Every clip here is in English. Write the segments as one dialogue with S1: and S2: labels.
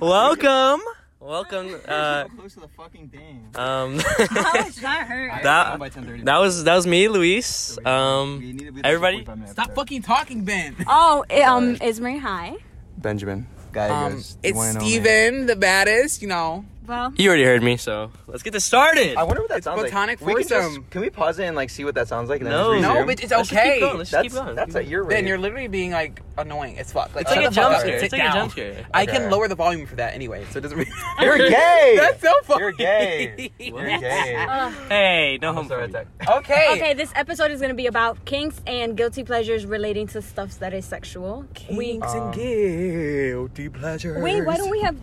S1: Welcome. Welcome. Uh,
S2: close to the fucking thing.
S1: um,
S3: How is that hurt?
S1: that-
S2: I was done by 10:30.
S1: that was that was me, Luis.
S2: We
S1: Um,
S2: need to be
S1: everybody-
S2: like 45 minutes
S4: Stop
S2: there.
S4: fucking talking, Ben.
S3: Oh, it, um, is Marie high?
S2: Benjamin. Guy who
S4: Um,
S2: goes,
S4: it's
S2: one and only.
S4: Steven, the baddest, you know.
S3: Well,
S1: you already heard me, so let's get this started.
S2: I wonder what that sounds
S4: platonic
S2: like. We can, just-
S4: foursome.
S2: can we pause it and like see what that sounds like? And
S1: No.
S2: then just
S4: No,
S2: resume?
S4: but it's
S1: Let's just keep
S4: okay.
S1: going, let's just keep
S2: that's
S1: going.
S2: that's at your rate.
S4: Ben, you're literally being like annoying as fuck. Like,
S1: It's like
S4: shut the fuck
S1: a jump
S4: up.
S1: scare.
S4: Sit
S1: It's like a
S4: down.
S1: jump scare.
S4: I can
S2: Okay.
S4: lower the volume for that anyway, so it doesn't really
S2: You're gay.
S4: That's so funny.
S2: You're gay. You're gay.
S1: Hey, no
S2: I'm
S1: homo.
S2: sorry, Zach.
S4: Okay.
S3: uh, okay, this episode is gonna be about kinks and guilty pleasures relating to stuff that is sexual. We,
S2: Um,
S4: and guilty pleasures.
S3: wait, why don't we have?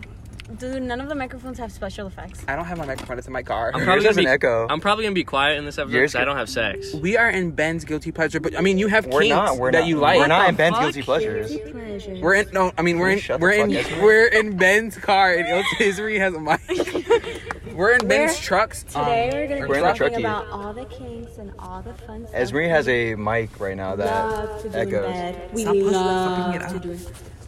S3: Do none of the microphones have special effects?
S4: I don't have my microphone. It's in my car.
S1: I'm
S2: Yours
S1: probably
S2: has
S1: gonna
S2: an
S1: be,
S2: echo.
S1: I'm probably gonna be quiet in this episode
S2: Yours
S1: because I
S2: could-
S1: don't have sex.
S4: we are in Ben's guilty pleasure, but I mean, you have
S2: We're
S4: kinks
S2: not. We're
S4: that
S2: not.
S4: you like.
S2: We're not in Ben's
S1: fuck
S2: guilty pleasures.
S3: Pleasures.
S4: We're in no, I mean we're in
S2: Shut the
S4: we're in
S2: fuck up.
S4: we're in Ben's car and Il Tizri has a mic. We're in Ben's
S3: We're-
S4: trucks. um,
S3: Today we're gonna
S4: or
S3: be
S2: in the
S4: truck.
S3: talking
S2: truckie.
S3: about all the kinks and all the fun stuff.
S2: Esmeree has a mic right now that
S3: love to do
S2: echoes.
S3: in bed. We
S4: Stop pushing the fucking
S3: love
S4: it
S3: to
S4: up.
S3: do.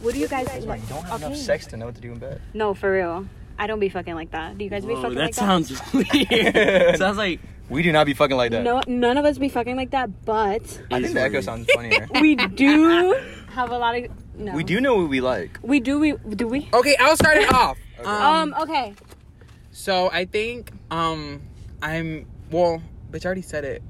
S3: What do you guys like?
S2: I don't have enough
S3: Okay.
S2: sex to know what to do in bed.
S3: No, for real. I don't be fucking like that. Do you guys be fucking like
S1: weird. sounds like
S2: We do not be fucking like that.
S3: that? No, none of us be fucking like that, but
S2: I think the echo sounds funnier.
S3: we do have a lot of. No.
S2: we do know what we like.
S3: We do. We do. We.
S4: Okay, I'll start it off.
S3: Um.
S4: Um,
S3: Okay.
S4: so I think um I'm well, bitch I already said it.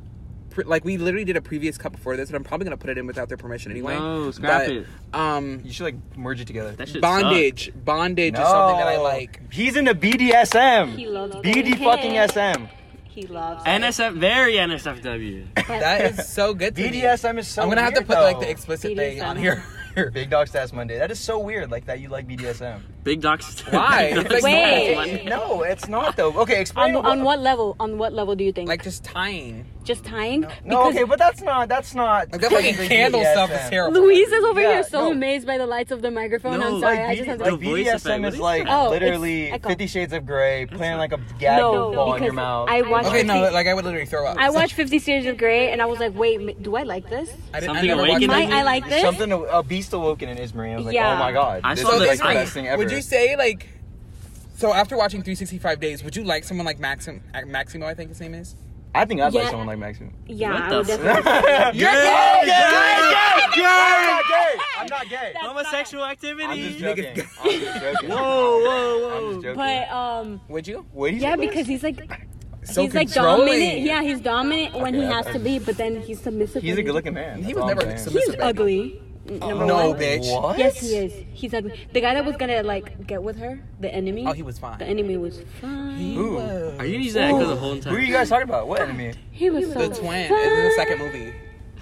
S4: Pre- like we literally did a previous cut before this, but I'm probably gonna put it in without their permission anyway.
S1: No, scrap
S4: But,
S1: it.
S4: Um
S2: You should like merge it together.
S1: that shit
S4: bondage. Bondage is something that I
S2: No.
S4: like.
S2: He's into BDSM.
S3: He loves
S2: BD
S3: BDSM.
S2: fucking SM.
S3: He loves.
S1: Sucked. NSF, very NSFW.
S4: That is so good to me.
S2: BDSM is so.
S4: I'm gonna have to
S2: weird,
S4: put like the
S2: though.
S4: explicit thing on
S3: BDSM.
S4: here.
S2: Big Dog Stats Monday. That is so weird. Like that you like BDSM.
S1: Big docs.
S4: Why?
S1: Big
S4: It's like-
S1: docs
S3: Wait.
S1: one.
S2: No, it's not though. Okay,
S3: on,
S2: explain.
S3: on what level? On what level do you think?
S4: like just tying.
S3: just tying?
S2: No, okay, but that's not. That's not.
S4: Like that fucking
S2: technically
S4: candle
S2: BDSM.
S4: stuff is terrible.
S3: Louise is over
S2: Yeah,
S3: here so
S2: no.
S3: amazed by the lights of the microphone.
S1: No,
S3: I'm sorry.
S2: Like,
S3: I just
S2: BD,
S3: have to.
S2: like
S1: The voice
S2: BDSM
S1: effect, what
S2: is
S1: is
S2: like
S3: that? Oh, it's
S2: literally
S3: echo.
S2: Fifty Shades of Grey, playing like a gag
S3: no,
S2: ball in
S3: because
S2: your mouth.
S3: I watched.
S4: Okay,
S3: 50
S4: no, like I would literally throw up.
S3: I watched Fifty Shades of Grey, and I was like, wait, ma- do I like this?
S4: I didn't, I
S1: Something
S4: never watched
S1: awakened
S4: that.
S3: I,
S1: mean,
S3: I like this.
S2: Something a a beast awoken in Ismarie. I was like,
S3: Yeah.
S2: oh my god,
S1: I
S2: this
S1: saw
S2: is
S1: this
S2: like the
S1: thing.
S2: best thing ever.
S4: Would you say like? So after watching 365 days, would you like someone like Maxim, Maximo? I think his name is.
S2: I think I'd like
S3: Yeah.
S2: someone like Maxim.
S3: Yeah,
S1: What
S3: I
S1: the
S3: would
S1: fuck?
S3: definitely.
S1: Yeah,
S2: gay, gay, gay. I'm not gay.
S1: Homosexual
S2: I'm just
S1: activity.
S2: joking. I'm just joking.
S1: Whoa,
S2: I'm
S1: whoa,
S2: just
S1: whoa.
S2: joking.
S3: But um,
S4: Would you?
S2: Wait,
S3: yeah, because he's like
S4: So
S3: he's like dominant. Yeah, he's dominant when he
S2: Okay,
S3: has
S2: I-
S3: to be, but then he's submissive.
S2: he's a
S3: when he-
S2: good-looking man.
S4: He
S2: that's
S4: was
S2: all I'm
S4: never
S2: saying.
S4: submissive.
S3: He's ugly. n- Number
S4: No,
S3: one.
S4: bitch.
S2: What?
S3: Yes, he is. He's ugly. The guy that was gonna like get with her, the enemy.
S4: Oh, he was fine.
S3: The enemy was fine.
S2: Who?
S1: Are you using that echo the whole
S2: Who are
S1: entire
S2: you guys talking about? What enemy?
S3: He was so
S4: The twin
S3: fine.
S4: is in the second movie.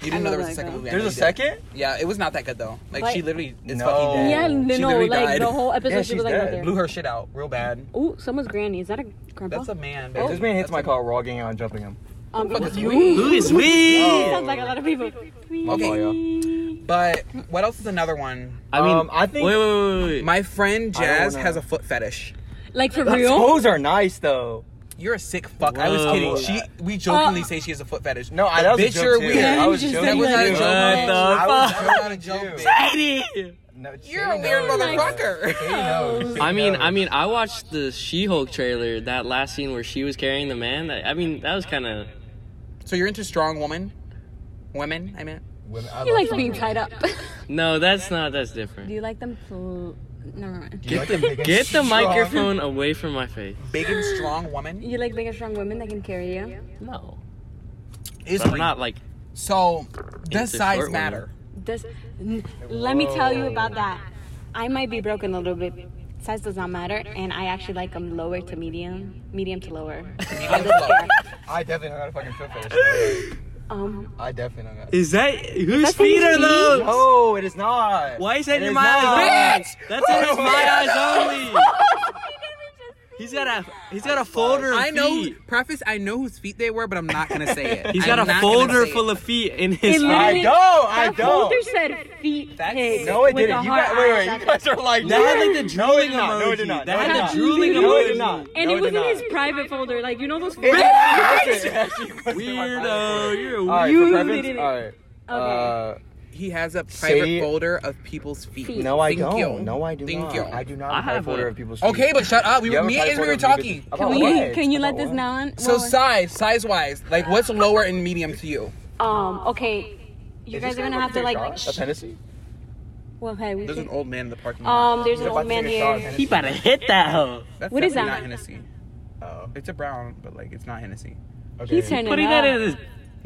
S4: You didn't know
S3: love
S4: there was a
S3: that
S4: second
S3: girl.
S4: movie. I
S2: There's
S4: know
S2: a
S4: you did.
S2: second?
S4: Yeah, it was not that good though. Like
S3: Like-
S4: she literally is
S2: No.
S4: fucking dead.
S3: Yeah,
S2: She
S3: no,
S4: Oh, literally
S3: like
S4: died.
S3: the whole episode
S2: Yeah,
S3: she was
S2: she's
S3: like
S2: dead.
S3: right there.
S4: Blew her shit out real bad.
S3: Ooh, someone's granny. Is that a grandpa?
S4: That's a man.
S2: If this
S4: Bitch.
S2: man hits my car, we're all getting out and jumping him.
S3: um,
S4: Fuck is
S3: ooh,
S4: you?
S1: Who is we?
S3: Sounds like a lot of people.
S2: Okay.
S4: But what else is another one?
S1: I mean,
S2: Um, I think-
S1: Wait, wait, wait, wait.
S4: My friend
S2: I don't
S4: Jazz
S2: wanna-
S4: has a foot fetish.
S3: Like for
S2: His
S3: real?
S2: toes are nice though.
S4: You're a sick fuck. I was
S1: Whoa.
S4: kidding. She we jokingly say she has a foot fetish.
S2: No, I
S4: But
S2: that was a
S4: bitch,
S2: joke
S4: you're
S2: too.
S4: weird.
S2: I was
S3: You just
S2: joking.
S3: said
S4: That was not a
S3: What
S4: joke.
S1: the
S4: I was-
S2: fuck?
S4: that was not a joke. bitch.
S1: Eddie!
S2: No,
S4: You're a
S2: Shane
S4: weird
S2: knows.
S4: motherfucker.
S2: Shane knows.
S1: I
S2: Shane
S1: mean,
S2: knows.
S1: I mean, I watched the She-Hulk trailer. That last scene where she was carrying the man. That, I mean, that was kind of.
S4: So you're into strong woman, women. I meant.
S2: Women- I
S3: He
S2: love
S3: likes
S2: fucking
S3: being
S2: women.
S3: tied up.
S1: No, that's not. That's
S3: Do
S1: different.
S3: you like them? Pl- Never mind.
S2: Do you like them big and
S1: Get the
S2: strong?
S1: microphone away from my face.
S4: Big and strong woman
S3: You like big and strong women that can carry you?
S1: No,
S4: is
S1: But I'm
S4: free.
S1: not like.
S4: So does
S1: Into
S4: size
S1: short
S4: matter?
S3: Does, n- let me tell you about that. I might be broken a little bit. Size does not matter, and I actually like them lower to medium, medium to lower.
S4: Medium to lower.
S2: I definitely don't got a fucking foot fetish.
S3: Um,
S2: I definitely don't got.
S1: Is that whose
S3: that feet
S1: feet
S3: are
S1: are
S3: somebody's those?
S1: those?
S2: No, it is not.
S1: Why is that
S2: It
S1: in
S2: is
S1: my
S2: not.
S1: eyes only? That's in
S2: Who
S1: his my
S2: said
S1: eyes only. He's got a he's got a folder. Of
S4: I know.
S1: Feet.
S4: Preface. I know whose feet they were, but I'm not gonna say it.
S1: He's got a folder full of feet in his.
S3: It
S1: eye.
S2: I
S3: Literally,
S2: don't. I
S3: that folder
S2: don't.
S3: said feet
S4: That's-
S3: pig.
S2: No, it
S3: with
S2: didn't.
S3: a
S2: You
S3: heart
S2: guys, wait,
S3: eye
S2: wait.
S3: on
S2: You
S3: it.
S2: guys are like
S1: That had like the
S2: No, it
S1: drooling
S2: did not.
S1: emoji.
S2: No, it did not.
S1: That
S2: No,
S1: had
S2: it did
S1: the
S2: not.
S1: drooling
S2: No, it
S1: emoji.
S2: did not.
S3: And
S2: No,
S3: it
S2: it
S3: was in
S2: did
S3: his
S2: not.
S3: private folder, like you know those.
S2: It
S3: folders?
S2: actually- actually was in my
S1: Weirdo,
S2: folder.
S1: you're a
S2: All right,
S1: weirdo.
S2: for
S3: did
S2: preference.
S3: it.
S2: All right.
S3: Okay.
S2: Uh,
S4: he has a
S2: Say
S4: private
S2: it.
S4: folder of people's feet.
S3: Feet.
S2: No, I
S4: Thank
S2: don't.
S4: you.
S2: No, I do
S4: Thank
S2: not.
S4: you.
S2: I do not
S1: I
S2: have a
S1: have
S2: folder
S1: a-
S2: of people's feet.
S4: Okay, but shut up. We
S2: You
S4: were
S2: have a
S4: me and
S2: private
S4: Izzy
S2: folder
S4: were
S2: of people's-
S4: talking.
S2: About
S3: Can you,
S2: what?
S3: can you let
S2: About
S3: this
S2: what?
S3: know on?
S4: So
S3: well,
S4: size, size wise, like what's lower and medium to you?
S3: um, okay, you
S2: Is
S3: guys
S2: this
S3: are gonna have to
S2: take
S3: like.
S2: a shot?
S3: sh-
S2: Appendices?
S3: well, hey, we
S4: There's an
S3: can,
S4: old man in the parking lot.
S3: um, there's an
S2: You're about
S3: old
S2: to
S3: man
S2: take a shot,
S3: here.
S2: Hennessy?
S1: He better hit that hoe.
S4: That's
S3: what is
S4: definitely
S3: that?
S4: Not Hennessy. Uh,
S2: Oh,
S4: It's a brown, but like it's not Hennessy.
S2: okay.
S3: He's turning
S1: Putting
S3: up.
S1: that in his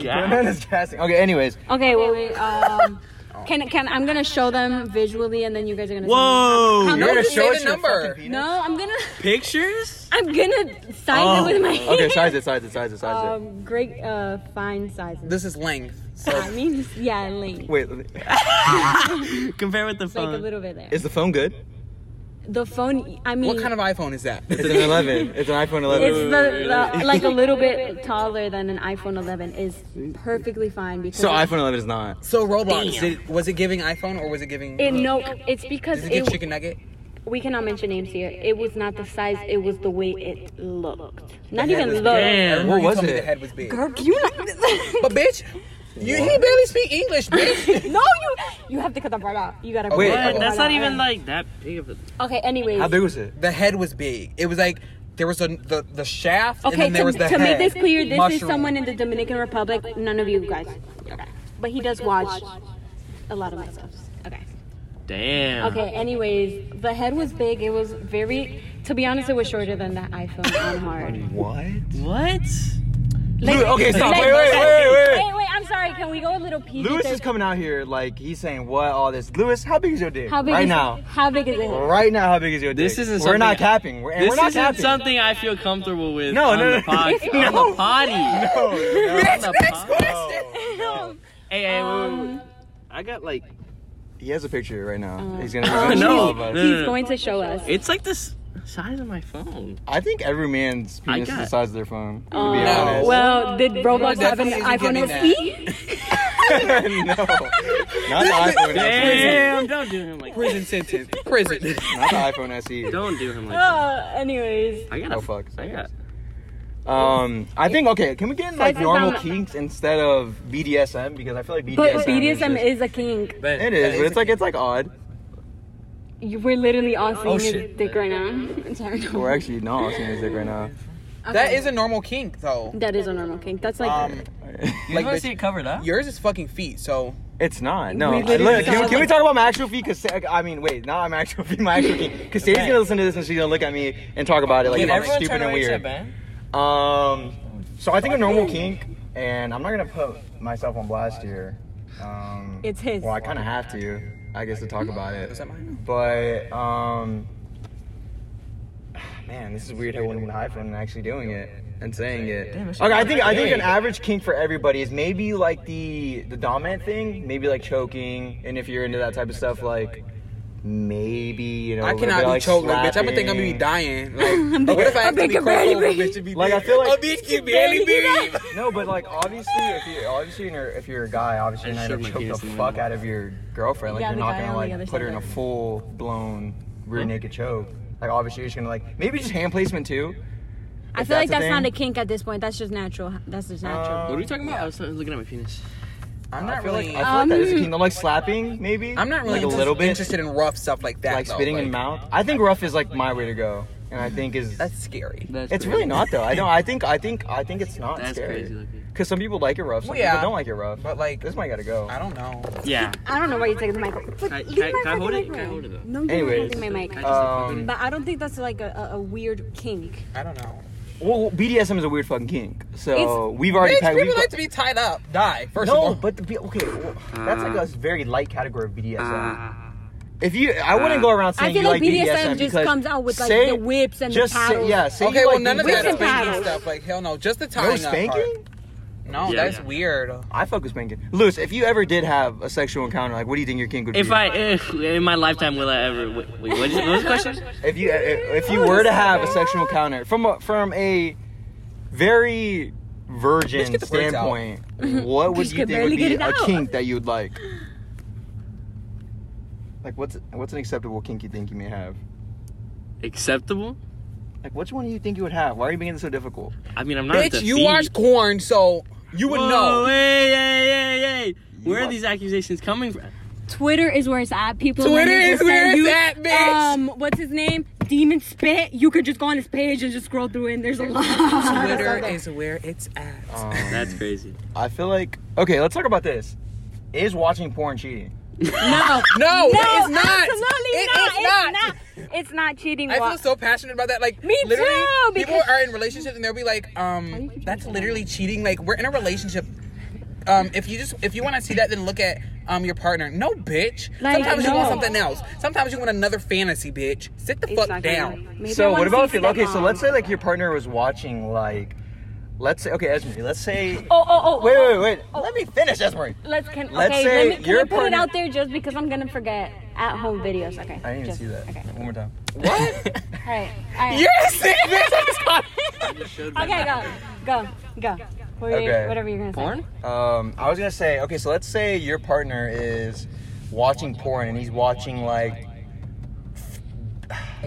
S2: Man
S1: gas.
S2: is casting. Okay, anyways.
S3: Okay, well, we, um, can can I'm gonna show them visually, and then you guys are gonna. tell
S1: Whoa.
S3: How
S1: You're
S3: much
S1: gonna
S3: is
S1: show
S3: it?
S4: us your number.
S2: me.
S3: me. No, I'm gonna
S1: pictures?
S3: I'm gonna size
S1: Oh,
S3: it with my hand.
S2: Okay, size it, size it, size it, size it.
S3: Um, great, uh, fine sizes.
S4: This is length.
S3: I
S4: So
S3: mean, yeah, length.
S2: Wait, let me-
S1: Compare with the
S3: Like a
S1: phone.
S3: little bit there.
S2: is the phone good?
S3: The phone, I mean,
S4: what kind of iPhone is that?
S2: It's an 11. It's an iPhone 11.
S3: it's the, the like a little bit taller than an iPhone 11 is perfectly fine because
S2: so
S3: it,
S2: iPhone 11 is not.
S4: So Roblox, did, was it giving iPhone or was it giving?
S3: it no, it's because
S4: Did it give
S3: it,
S4: chicken nugget?
S3: we cannot mention names here. It was not the size; it was the way it looked. Not
S4: The head was big.
S3: even
S1: Damn.
S3: looked.
S4: I remember
S2: What
S4: you
S2: was
S4: told me
S2: it?
S4: The head was big.
S3: Girl, do you not?
S4: But bitch, you, he barely speak English, bitch.
S3: no, you you have to cut that part out. You gotta
S4: Wait,
S3: cut that
S1: What?
S3: part
S1: That's not
S3: out.
S1: even like that big of a.
S3: okay. Anyways,
S2: How big was it?
S4: the head was big. It was like there was a, the the shaft and
S3: Okay,
S4: then there
S3: to,
S4: was the
S3: to make
S4: head.
S3: this clear, this is
S4: Mushroom.
S3: someone in the Dominican Republic. None of you guys. Okay. But he does watch a lot of my stuff. Okay.
S1: Damn.
S3: Okay, anyways, the head was big. It was very, to be honest, it was shorter than the iPhone on hard.
S2: What?
S1: What?
S3: Like-
S2: Dude, okay, stop.
S3: like-
S2: Wait, wait, wait, wait.
S3: Wait, wait, I'm sorry. Can we go a little PG?
S2: Lewis is coming out here like he's saying what all this. Lewis, how big is your dick?
S3: How big
S2: right
S3: is
S2: now.
S3: How big is it?
S2: Right now, how big is your dick?
S1: This isn't
S2: We're not
S1: something-
S2: capping. We're, and
S1: This
S2: we're not
S1: isn't
S2: capping.
S1: something I feel comfortable with.
S2: No,
S1: on
S2: no,
S1: the
S2: no.
S1: pod-
S2: No.
S1: On the potty.
S2: No, Oh, no,
S1: On the pod-
S3: No.
S1: Hey, hey, wait, wait, wait.
S3: Um,
S1: I got like.
S2: He has a picture right now.
S3: Uh,
S2: he's gonna
S3: Oh,
S2: show
S1: no.
S2: all of us.
S1: No.
S3: He's going to show us.
S1: It's like this size of my phone.
S2: I think every man's
S1: I
S2: penis is the
S1: got-
S2: size of their phone. To
S3: Um,
S2: be honest.
S3: well, did Roblox have an
S4: Definitely isn't
S3: iPhone
S4: giving
S3: SE?
S2: no, not the iPhone. SE.
S1: Damn! Don't do him like.
S4: prison sentence. Prison.
S2: E. Not the iPhone SE.
S1: Don't do him like. that.
S3: Uh, anyways.
S1: I got.
S2: Oh, fuck.
S1: I got.
S2: Um, I think okay. Can we get in like
S3: Sizes
S2: normal
S3: on-
S2: kinks instead of BDSM because I feel like BDSM.
S3: But
S2: is
S3: BDSM
S2: just-
S3: is a king.
S2: It is, but it's like it's like odd.
S3: You, we're literally
S1: Oh,
S3: all seeing his
S2: shit.
S3: dick right now. Sorry.
S2: We're actually not seeing his dick right now.
S4: That is a normal kink though.
S3: That is a normal kink. That's like.
S4: Um,
S1: Like,
S4: like bitch,
S1: it covered up?
S4: yours is fucking feet. So
S2: It's not. No.
S3: We
S2: Look,
S3: literally
S2: can,
S3: got
S2: can we
S3: like-
S2: talk about my actual feet? Cause I mean, wait, not my actual feet, my actual feet. Cause Sadie's gonna listen to this and she's gonna look at me and talk about it like
S4: Wait,
S2: I'm
S4: everyone
S2: stupid and weird. Um, so I think a normal kink, and I'm not gonna put myself on blast here. Um,
S3: It's his.
S2: Well, I kind of have to, I guess, to talk about
S4: is
S2: it.
S4: that mine?
S2: But um, man, this is weird. I wouldn't even hide from actually doing it and saying it. Okay, I think I think an average kink for everybody is maybe like the the dominant thing, maybe like choking, and if you're into that type of stuff, like maybe you know. a
S4: I
S2: little
S4: cannot
S2: bit
S4: be
S2: like
S4: choked, like, bitch. I'm gonna think I'm gonna be
S2: slapping.
S4: dying. Like, what if I
S3: I'm
S4: actually
S3: thinking
S4: cross
S3: barely
S4: over,
S3: breathe.
S4: bitch? and be
S2: Like, I feel like-
S4: a bitch can barely
S3: barely
S4: breathe.
S2: No, but like obviously, if you obviously you're, if you're a guy, obviously
S1: I
S2: you're not
S1: shoved
S2: gonna
S1: my
S2: choke
S1: penis
S2: the
S1: in the
S2: fuck
S1: window.
S2: out of your girlfriend. Like
S3: Yeah,
S2: you're
S3: the
S2: not
S3: guy
S2: gonna
S3: on the other
S2: like put her in a
S3: side.
S2: full blown rear naked choke. Like obviously you're just gonna like maybe just hand placement too.
S3: I
S2: if
S3: feel like
S2: that's
S3: that's
S2: a
S3: not a
S2: thing- Um,
S3: kink at this point. That's just natural. That's just natural.
S1: What are we talking about? I was looking at my penis.
S4: I'm
S2: I
S4: not
S2: feel like
S4: really.
S2: I feel like that is
S3: Um,
S2: a kink. I'm like slapping maybe.
S4: I'm not really
S2: like a little bit
S4: interested in rough stuff like that.
S2: like
S4: though,
S2: spitting in mouth. I think rough is like my way to go, and I think is
S4: That's scary.
S1: That's
S2: it's really not though. I don't. I think I think I think it's not
S1: That's
S2: scary.
S1: crazy looking.
S2: Cause some people like it rough, some
S4: Well, yeah.
S2: people don't like it rough.
S4: But like,
S2: This might gotta go.
S4: I don't know.
S1: Yeah.
S3: I don't know why you taking the mic. Put-
S1: Can I-
S3: leave
S1: can I-
S3: my
S1: can I hold
S3: fucking
S1: it?
S3: mic
S1: Can I
S3: around.
S1: hold it though?
S3: No, you're
S2: Anyways.
S3: not holding my mic.
S1: I just-
S2: Um,
S3: But I don't think that's like a, a, a weird kink.
S4: I don't know.
S2: well, BDSM is a weird fucking kink. So
S3: It's-
S2: we've already
S4: Bitch,
S2: pa-
S4: people
S2: we've-
S4: like to be tied up. Die first
S2: no,
S4: of all.
S2: but the B- okay, well, that's like
S4: Uh.
S2: a very light category of BDSM.
S1: Uh,
S2: if you, I wouldn't go around saying
S3: I feel
S2: you
S3: like
S2: like
S3: BDSM
S2: BDSM
S3: just
S2: because
S3: comes out with, like,
S2: say-
S3: the whips and the
S2: just say-
S3: paddles.
S2: yeah, say
S4: okay,
S2: you
S4: well
S2: like
S4: none of
S2: BDSM.
S4: that
S3: Whips and
S4: spanking
S3: paddles.
S4: stuff. Like hell no, just the tying
S2: No
S4: up part.
S2: spanking?
S4: No,
S1: Yeah.
S4: that's weird.
S2: I fuck with spanking. Lewis, if you ever did have a sexual encounter, like, what do you think your kink would
S1: if
S2: be?
S1: I if, in my lifetime will I ever wait, wait what, is, what was the question?
S2: if you, if
S3: Oh,
S2: you were to have a sexual encounter from a, from a very
S4: Let's
S2: virgin
S4: get the words out.
S2: standpoint, what would
S3: Mm-hmm. Just
S2: you
S3: could
S2: think
S3: barely
S2: would
S3: get
S2: be
S3: it
S2: a
S3: out.
S2: kink that you'd like? Like, what's what's an acceptable kink you think you may have?
S1: Acceptable?
S2: Like, which one do you think you would have? Why are you making this so difficult?
S1: I mean I'm not.
S4: Bitch,
S1: the
S4: you
S1: feet.
S4: watch corn, so You would
S1: Whoa,
S4: know.
S1: Hey, hey, hey, hey. Where are these accusations coming from?
S3: Twitter is where it's at, people. When
S4: Twitter
S3: they
S4: is
S3: send
S4: where it's at, bitch.
S3: Um, what's his name? Demon Spit. You could just go on his page and just scroll through it, and there's a lot.
S4: Twitter is where it's at.
S1: That's crazy.
S2: Um, I feel like okay. Let's talk about this. Is watching porn cheating?
S3: no,
S4: no, Oh, it's
S3: absolutely
S4: not. It
S3: not.
S4: is not.
S3: It's not. It's not cheating.
S4: I
S3: Wa-
S4: feel so passionate about that. Like
S3: Me
S4: literally,
S3: too,
S4: People
S3: because-
S4: are in relationships and they'll be like, um, that's literally cheating. Like we're in a relationship. Um, if you just if you want to see that, then look at um your partner. No, bitch.
S3: Like,
S4: Sometimes you want
S3: no.
S4: something else. Sometimes you want another fantasy, bitch. Sit the
S3: It's
S4: fuck
S3: not gonna
S4: down.
S3: happen. Maybe I
S2: so what
S3: wanna
S2: about if
S3: see
S2: it, okay? So
S3: stepmom.
S2: let's say like your partner was watching like, let's say okay, Esme. Let's say.
S3: Oh, oh, oh.
S2: Wait, wait, wait. Let me finish, Esme.
S3: Let's can
S2: Let's
S3: okay.
S2: say
S3: let me, can
S2: your
S3: we put it
S2: partner-
S3: out there just because I'm gonna forget at home videos. Okay.
S2: I didn't even
S3: just-
S2: see that.
S3: Okay.
S2: One more time.
S3: All right. All right.
S4: You're a sick bitch.
S3: Okay. Go. Go. Go. What were you-
S2: Okay.
S3: Whatever you're gonna say.
S1: Porn?
S2: Um, I was gonna say okay. So let's say your partner is watching porn and he's watching like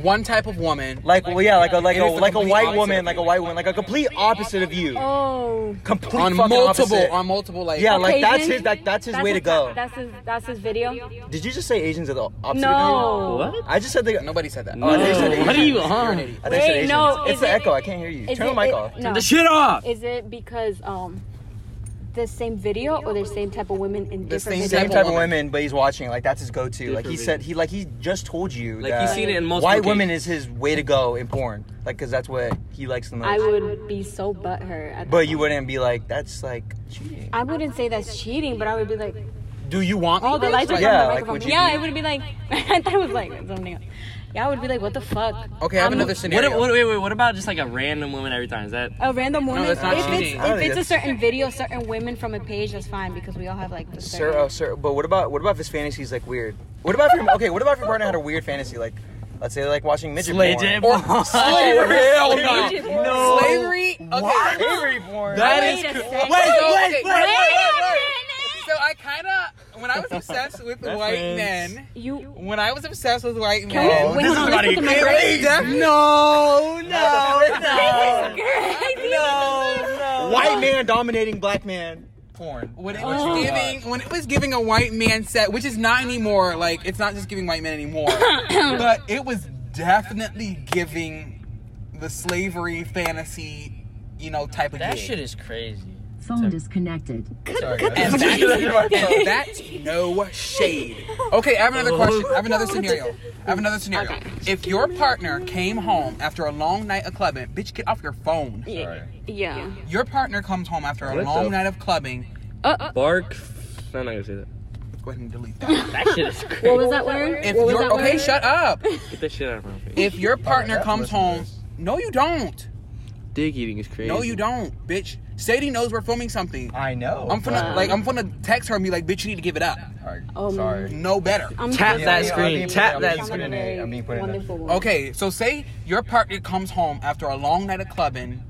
S4: One type of woman.
S2: like well yeah like a like
S4: It
S2: a
S4: is the
S2: like a
S4: complete
S2: white
S4: opposite
S2: woman
S4: of
S2: like
S4: you.
S2: a white woman like a complete opposite of you.
S3: Oh.
S2: Complete
S4: On
S2: fucking
S4: multiple,
S2: opposite.
S4: on multiple, like
S2: Yeah, like that's
S3: Asian?
S2: his like that's his
S3: That's
S2: way to
S3: his-
S2: go.
S3: That's his. That's his video.
S2: Did you just say Asians are the opposite? Of
S3: No.
S1: What?
S2: you? I just said the.
S4: nobody said that. Oh,
S1: No.
S2: they said Asian.
S1: What are you
S4: You're an
S1: on?
S4: idiot.
S2: I think I said
S3: Wait,
S2: Asians.
S3: no,
S2: It's
S3: is
S2: the
S3: it-
S2: echo. I can't hear you.
S3: Is
S2: Turn
S3: it-
S2: the mic
S3: it-
S2: off.
S1: Turn the shit off.
S3: Is it because um, the same video or the same type of women in
S4: The
S3: different
S4: same
S2: Same
S3: videos?
S4: of
S2: type of
S4: woman.
S2: women, but he's watching. Like that's his go-to. Like he
S1: Different
S2: said, he like he just told you.
S1: Like,
S2: that
S1: he's seen it in multiple
S2: White women is his way to go in porn. Like because that's what he likes the most.
S3: I would be so butthurt. At
S2: but you wouldn't be like that's like cheating.
S3: I wouldn't say that's cheating, but I would be like,
S4: Do you want?
S3: oh,
S4: me,
S3: the
S4: bitch?
S3: lights are
S4: Like,
S3: on
S2: Yeah,
S3: the
S2: like,
S3: microphone.
S2: would you
S3: yeah,
S2: be-
S3: it would be like, I thought it was like something else. Yeah, I would be like, what the fuck?
S4: Okay, I have
S3: I'm-
S4: another
S1: What,
S4: scenario.
S1: what, wait, wait, what about just like a random woman every time? Is that
S3: A random woman.
S4: that's not
S3: if
S4: cheating.
S2: I don't
S3: it's, if
S2: think
S3: it's a certain video, certain women from a page, that's fine because we all have like the
S2: Sir,
S3: certain.
S2: oh, sir. But what about what about if his fantasy's like weird? What about if your okay? What about if your partner had a weird fantasy? Like, let's say like watching midget porn.
S1: Or-
S4: Slavery. Hell no.
S3: Midget porn.
S2: oh, No.
S4: Slavery. Okay.
S2: Slavery porn.
S4: That
S3: Wait
S4: is
S3: a
S4: cr-
S3: second.
S4: Okay, so- okay,
S2: wait, wait,
S4: So I kind of, when I was obsessed with white
S2: Reference.
S4: men,
S3: You.
S4: when I was obsessed with white men,
S2: this
S3: Can we,
S2: is
S3: wait, hold on,
S1: about
S3: let's put
S1: to
S3: the mic
S1: get
S3: right-
S2: No, no, no,
S3: no.
S2: White man dominating black man porn.
S4: when it was giving, when it was giving a white man set, which is not anymore. Like it's not just giving white men anymore, but it was definitely giving the slavery fantasy, you know, type of
S1: that
S4: gig.
S1: shit is crazy.
S5: Phone disconnected.
S2: Sorry,
S4: and
S2: guys.
S4: that's, and that's no shade. Okay, I have another question. I have another scenario. I have another scenario. If your partner came home after a long night of clubbing, bitch, get off your phone.
S3: Yeah. yeah.
S4: Your partner comes home after a
S1: What
S4: long
S1: the-
S4: night of clubbing.
S1: Bark. I'm not gonna say that.
S4: Go ahead and delete that.
S1: That shit is crazy.
S3: What was that word?
S4: If
S3: what was
S4: your
S3: that
S4: okay,
S3: word?
S4: shut up.
S1: Get that shit out of my face.
S4: If your partner
S2: Alright, I have
S4: comes
S2: to listen to
S4: home,
S2: this.
S4: no, you don't.
S1: Dick eating is crazy.
S4: No, you don't, bitch. Sadie knows we're filming something.
S2: I know.
S4: I'm finna like I'm finna text her and be like, bitch, you need to give it up.
S2: Sorry.
S3: Oh,
S2: Sorry.
S4: No better.
S3: I'm
S1: Tap
S3: just-
S1: that
S2: yeah,
S1: screen.
S2: I'll be-
S1: Tap
S2: I'll
S1: that
S2: be-
S1: screen.
S2: putting it in. I'm being put in.
S3: Wonderful woman.
S4: Okay, so say your partner comes home after a long night of clubbing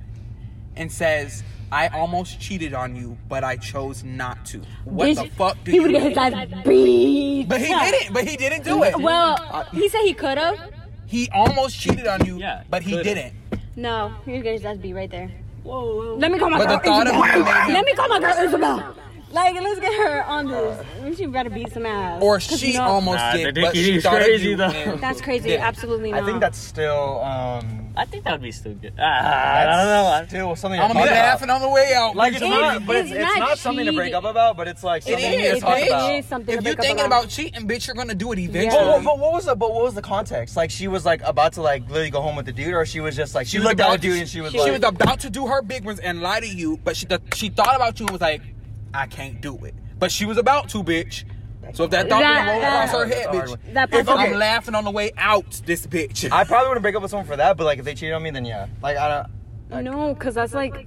S4: and says, I almost cheated on you, but I chose not to. What
S3: Bitch,
S4: the fuck do
S3: he
S4: you
S3: would get his ass beat.
S4: But he didn't, but he didn't do it.
S3: Well, he said he could have.
S4: he almost cheated on you,
S1: Yeah,
S4: but he
S1: could've.
S4: didn't.
S3: No, he would get his ass beat right there. Whoa, Let me call my
S4: But the
S3: girl
S4: thought of
S3: Isabel.
S4: it made him-
S3: Let me call my girl Isabel. Like, let's get her on this. She better beat some ass.
S4: Or
S3: 'Cause
S4: she
S3: you know-
S4: almost
S1: Nah, the
S4: did,
S1: dick
S4: but she
S1: eating's
S4: thought of
S1: crazy,
S4: you.
S1: though.
S4: and-
S3: That's crazy.
S4: Yeah.
S3: Absolutely not.
S2: I think that's still um.
S1: I think that would be still good. Ah, I don't know. I-
S2: Still something. to
S4: I'm gonna be
S2: talk about.
S4: laughing on the way out.
S2: Like
S4: bitch.
S2: it's
S3: It
S2: not,
S3: is-
S2: but it's,
S3: it's
S2: it's
S3: not
S2: not, something to break up
S3: cheating.
S2: about. But it's like
S4: It
S2: something
S4: is,
S2: to
S3: It's
S2: talk
S4: bitch.
S3: it
S2: about.
S3: is something to
S4: if you're
S3: break up
S4: thinking
S3: about.
S4: about cheating, bitch, you're gonna do it eventually.
S3: Yeah.
S2: Oh, But, but what was the but what was the context? Like she was like about to like literally go home with the dude, or she was just like she,
S4: was
S2: looked at the
S4: about-
S2: dude and she was
S4: she
S2: like "Oh,
S4: was about to do her big ones and lie to you, but she th- she thought about you and was like, I can't do it. But she was about to, bitch. So if that thought
S3: That-
S4: rolled across her
S2: that-
S4: head, bitch,
S3: that
S4: if
S3: person-
S4: I'm laughing on the way out, this bitch.
S2: I probably wouldn't break up with someone for that, but like if they cheated on me, then yeah. Like I don't. Like,
S3: no, because that's like,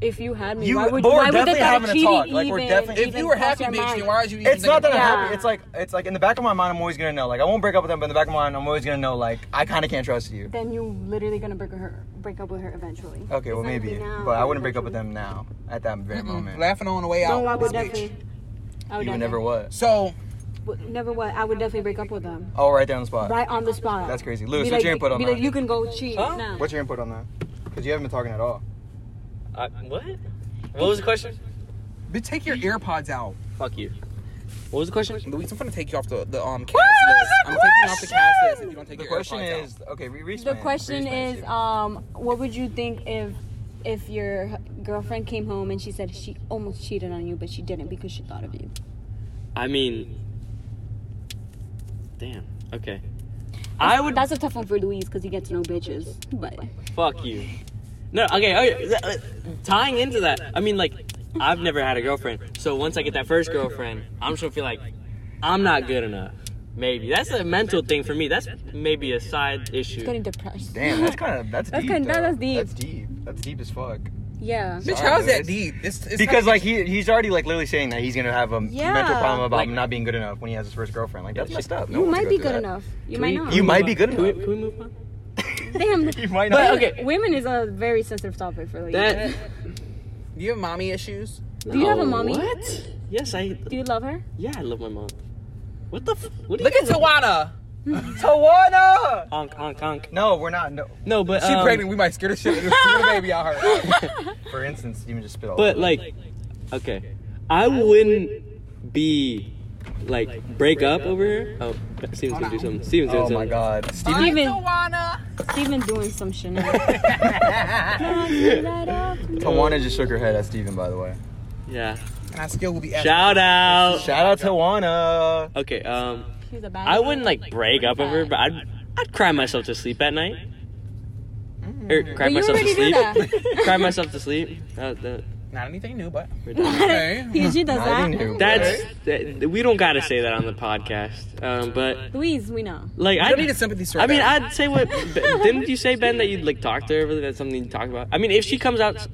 S3: if you had me,
S2: You-
S3: why would,
S2: but we're
S3: why would the
S2: definitely
S3: thought
S2: having
S3: of
S2: a
S3: cheating
S2: talk.
S3: even?
S2: Like, we're definitely-
S4: if
S3: even
S4: you were
S3: cross
S4: happy,
S3: your
S4: bitch,
S3: mind?
S4: then why did you? even
S2: It's not that
S4: think
S2: I'm
S4: about
S3: Yeah.
S2: happy. It's like it's like in the back of my mind, I'm always gonna know. Like I won't break up with them, but in the back of my mind, I'm always gonna know. Like I kind of can't trust you.
S3: Then you literally gonna break her, break up with her
S2: Okay,
S3: eventually. It's
S2: well
S3: not gonna
S2: maybe,
S3: be now,
S2: but I
S3: it's
S2: wouldn't break up with
S3: eventually.
S2: them now at that very
S4: it?
S2: moment.
S4: Laughing on the way out,
S3: No, I
S4: this
S3: would
S4: bitch.
S3: definitely. I would
S2: You
S3: definitely-
S2: never was.
S4: So
S3: would- Never what? I would definitely break up with them.
S2: Oh, right there on the spot.
S3: Right on the spot.
S2: That's crazy. Louis,
S3: Be
S2: what's
S3: like-
S2: your input on
S3: be
S2: that?
S3: Like, you can go cheat now.
S2: What's your input on that? Because you haven't been talking at all.
S1: I- what? What was the question?
S4: Bitch, take your AirPods out.
S1: Fuck you. What was the question?
S4: Luis, I'm gonna take you off the, the um cast
S3: was
S4: list.
S3: the
S4: I'm taking you off the cast
S3: question?
S4: list if you don't take
S2: The
S4: your
S2: question
S4: AirPods
S2: is okay. Re-
S3: The
S2: re-explain it.
S3: question
S2: Re-explain it
S3: is,
S2: to me.
S3: um, what would you think if if your girlfriend came home and she said she almost cheated on you, but she didn't because she thought of you?
S1: I mean, damn. Okay. I would
S3: That's a tough one for Luis because he gets no bitches. But
S1: fuck you. No, okay, okay. th- uh, Tying into that, I mean, like, I've never had a girlfriend, so once I get that first girlfriend, I'm just gonna feel like I'm not good enough. Maybe that's a mental thing for me. That's maybe a side issue.
S3: getting depressed.
S2: Damn, that's kind of that's,
S3: That's
S2: deep.
S3: kinda-
S2: though.
S3: that's deep.
S2: That's deep. That's deep as fuck.
S3: Yeah.
S4: out. Bitch,
S2: Sorry,
S4: how's that
S2: Luis.
S4: deep? It's, it's
S2: Because
S4: not-
S2: like he he's already like literally saying that he's gonna have a
S3: Yeah.
S2: mental problem about
S1: Like-
S2: not being good enough when he has his first girlfriend. Like that's messed up. No
S3: You
S2: one should
S3: might
S2: go
S3: be
S2: through
S3: good
S2: that.
S3: enough. You
S1: Can
S3: might
S1: we-
S3: not.
S1: can
S2: You
S1: we
S2: might
S1: move
S2: be
S1: on?
S2: good
S1: Can we,
S2: enough.
S1: can we move on?
S3: Damn.
S2: You might
S1: But,
S2: not.
S1: okay.
S3: Women is a very sensitive topic for Luis.
S1: That.
S4: Do you have mommy issues?
S3: Do you have a
S1: No,
S3: mommy?
S1: What? Yes, I.
S3: Do you love her?
S1: Yeah, I love my mom. What the? F- what do
S4: Look
S1: you
S4: at
S1: guys-
S4: Tawana.
S2: Tawana.
S1: Honk, honk, honk.
S2: No, we're not. No.
S1: No, but
S4: She
S1: um,
S4: pregnant. We might scare the shit out of the baby out her.
S2: For instance, you just spit all.
S1: But
S2: over.
S1: like, okay, I wouldn't be like break up over her. Oh, Steven's gonna do something. Steven's doing
S2: oh
S1: something.
S2: my god.
S3: Steven,
S4: Tawana.
S3: Steven doing some shit. now.
S2: Tawana just shook her head at Steven, by the way.
S1: Yeah.
S4: And I still will be at
S1: Shout out.
S2: Shout out Tawana.
S1: Okay. Um,
S3: He's a bad
S1: I
S3: guy.
S1: wouldn't like break up over her, but I'd I'd cry myself to sleep at night.
S2: Mm.
S1: Or cry
S3: But you
S1: myself to
S3: already do
S1: sleep.
S3: that.
S1: cry myself to sleep. That- that-
S4: Not anything new, but
S3: Hey, PG does
S2: Nothing
S3: that.
S2: new.
S1: that's that, we don't gotta say that on the podcast. Um, but
S3: Luis, we know.
S1: like I
S4: I don't need a sympathy story.
S1: I mean,
S4: babe.
S1: I'd say what didn't you say, Ben, that you'd like talk to her? Really, that's something you talk about. I mean, if she comes out,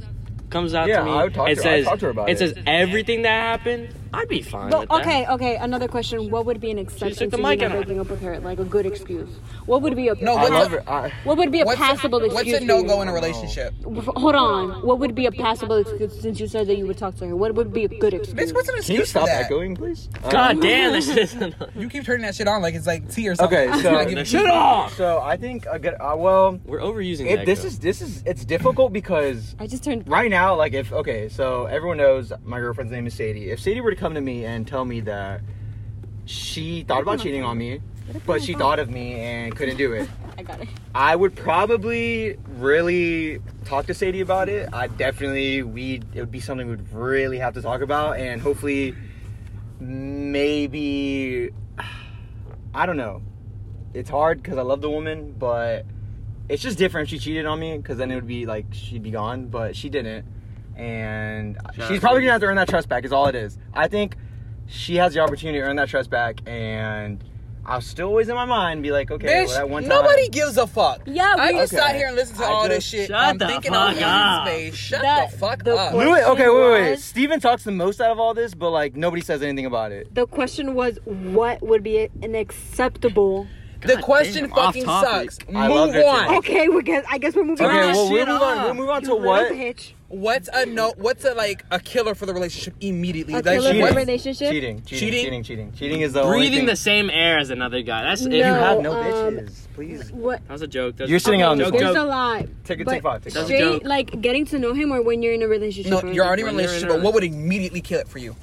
S1: comes out
S2: Yeah,
S1: to me
S2: I would talk
S1: and
S2: to her. I'd
S1: says
S2: talk to her about it.
S1: says everything that happened, I'd be fine.
S3: But
S1: with that.
S3: okay, okay. Another question: What would be an exception
S1: took the
S3: to you
S1: mic
S3: not
S1: out.
S3: breaking up with her? Like a good excuse. What would be a
S4: No,
S2: I
S4: what's
S2: love
S4: a-
S2: her. I,
S3: what would be a
S4: What's
S3: passable
S4: a,
S3: excuse?
S4: What's a no go in a relationship?
S2: Oh.
S3: for you? Hold on. What would be a passable excuse since you said that you would talk to her? What would be a good excuse?
S4: Bitch, what's an
S2: can you
S4: excuse for
S2: stop
S4: that?
S2: echoing, please? Uh,
S1: God damn, this is
S4: You keep turning that shit on like it's like tea or something.
S2: Okay,
S4: It's
S2: so-
S4: not giving-
S1: shut off.
S2: Uh, So I think a good. Uh, well,
S1: We're overusing
S2: it,
S1: that.
S2: this
S1: girl.
S2: is this is it's difficult because
S3: I just turned.
S2: right now, like if okay, so everyone knows my girlfriend's name is Sadie. If Sadie were to come to me and tell me that she thought about cheating on me, but she thought of me and couldn't do it,
S3: I got it.
S2: I would probably really talk to Sadie about it. I definitely we it would be something we'd really have to talk about, and hopefully, maybe I don't know. It's hard because I love the woman, but it's just different if she cheated on me because then it would be like she'd be gone, but she didn't, and she's probably gonna have to earn that trust back. Is all it is. I think she has the opportunity to earn that trust back, and. I'll still always in my mind be like, okay, well, that one
S4: Bitch,
S2: time.
S4: nobody gives a fuck.
S3: Yeah,
S4: I
S3: we-
S4: just
S2: Okay.
S4: sat here and listened to
S2: I
S4: all this
S2: just-
S4: shit.
S1: Shut
S4: I'm
S1: the
S4: thinking
S1: fuck
S4: on
S1: up.
S4: space. Shut
S3: That-
S4: the fuck
S3: the
S4: up.
S3: question
S2: Louis, okay, wait, wait, wait.
S3: was-
S2: Steven talks the most out of all this, but like nobody says anything about it.
S3: The question was, what would be an acceptable?
S4: the question
S1: damn, off
S4: fucking
S1: topic.
S4: sucks.
S2: I
S4: Move
S2: loved it too.
S4: on.
S3: Okay, we guess. I guess we're moving
S2: Okay,
S3: on.
S2: well we'll
S1: shit
S2: move on.
S1: up.
S2: We'll move on to
S3: You
S2: what?
S3: little bitch.
S4: What's a no? What's a like a killer for the relationship immediately?
S3: A
S4: Like,
S3: killer
S4: she-
S3: for
S2: Cheating.
S3: the
S4: what-
S3: relationship.
S2: Cheating, cheating,
S4: Cheating?
S2: cheating, cheating. Cheating is the
S1: breathing
S2: only
S1: the same air as another guy. That's
S3: No.
S1: if you
S2: You
S1: have.
S2: have no
S3: um,
S2: bitches, please.
S3: What?
S1: That was a joke. That was-
S2: You're sitting on this
S1: joke,
S2: one.
S3: There's
S1: joke.
S3: a lot.
S2: Take it,
S3: but
S2: take five, take
S1: five.
S3: Straight,
S1: Joke.
S3: like getting to know him, or when you're in a relationship.
S4: No,
S3: already?
S4: you're already in a
S1: When you're in
S4: relationship,
S1: a-
S4: but what would immediately kill it for you?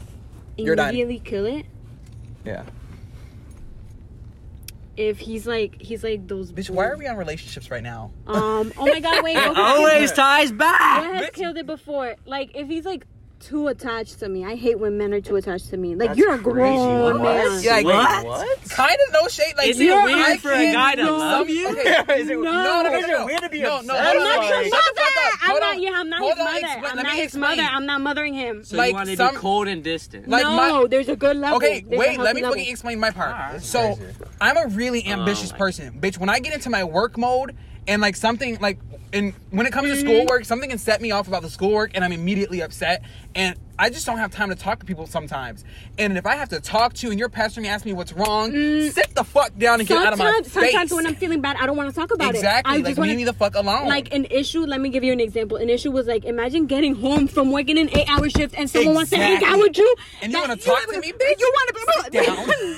S4: You're done.
S3: immediately kill it
S2: Yeah.
S3: if he's like he's like those.
S4: Bitch, why are we on relationships right now?
S3: Um. Oh my God! Wait. What
S1: Always ties
S3: what
S1: back.
S3: has killed it before? Like if he's like too attached to me. I hate when men are too attached to me. Like
S2: That's
S3: you're a
S2: crazy.
S3: grown
S2: What?
S3: man.
S4: Yeah, like,
S1: What?
S4: Kind of no shade. Like,
S1: Is
S4: you
S1: it
S4: know, I
S1: weird for a
S4: can't-
S1: guy to
S3: no.
S1: love you?
S4: Okay.
S2: Is it,
S4: No, no, no,
S2: is
S4: no,
S2: it
S4: no.
S2: weird to be
S4: No, no,
S2: upset?
S4: I'm
S3: I'm not
S2: Like,
S3: your
S4: Shut
S3: mother.
S4: the fuck up.
S3: I'm
S4: Hold
S3: not.
S4: on.
S3: Yeah, I'm not
S4: Hold
S3: his
S4: on,
S3: mother.
S4: explain-
S3: I'm
S4: let
S3: not
S4: me
S3: his mother.
S4: explain.
S3: I'm not mothering him.
S1: So
S4: Like
S1: you want to
S4: some-
S1: be cold and distant.
S4: like
S3: no,
S4: my-
S3: there's a good level.
S4: Okay,
S3: There's a
S4: wait, let
S3: healthy
S4: me
S3: level.
S4: fucking explain my part.
S3: Ah,
S1: Alright.
S4: So,
S2: Crazy.
S4: I'm a really ambitious
S1: my-
S4: person. Bitch, when I get into my work mode and like something like and when it comes
S3: Mm-hmm.
S4: to schoolwork, something can set me off about the schoolwork and I'm immediately upset and I just don't have time to talk to people sometimes. And if I have to talk to you and you're pestering me, asking me what's wrong, sit the fuck down and get out of
S3: Mm. Sometimes,
S4: my face.
S3: sometimes when I'm feeling bad, I don't want to talk about
S4: exactly,
S3: it. I
S4: like
S3: just
S4: leave
S3: wanna-
S4: me the fuck alone.
S3: Like an issue, let me give you an example. An issue was like, imagine getting home from working an eight-hour shift and someone wants to hang out
S4: Exactly.
S3: with you,
S4: And you
S3: That-
S4: wanna talk to me, bitch?
S3: You want to be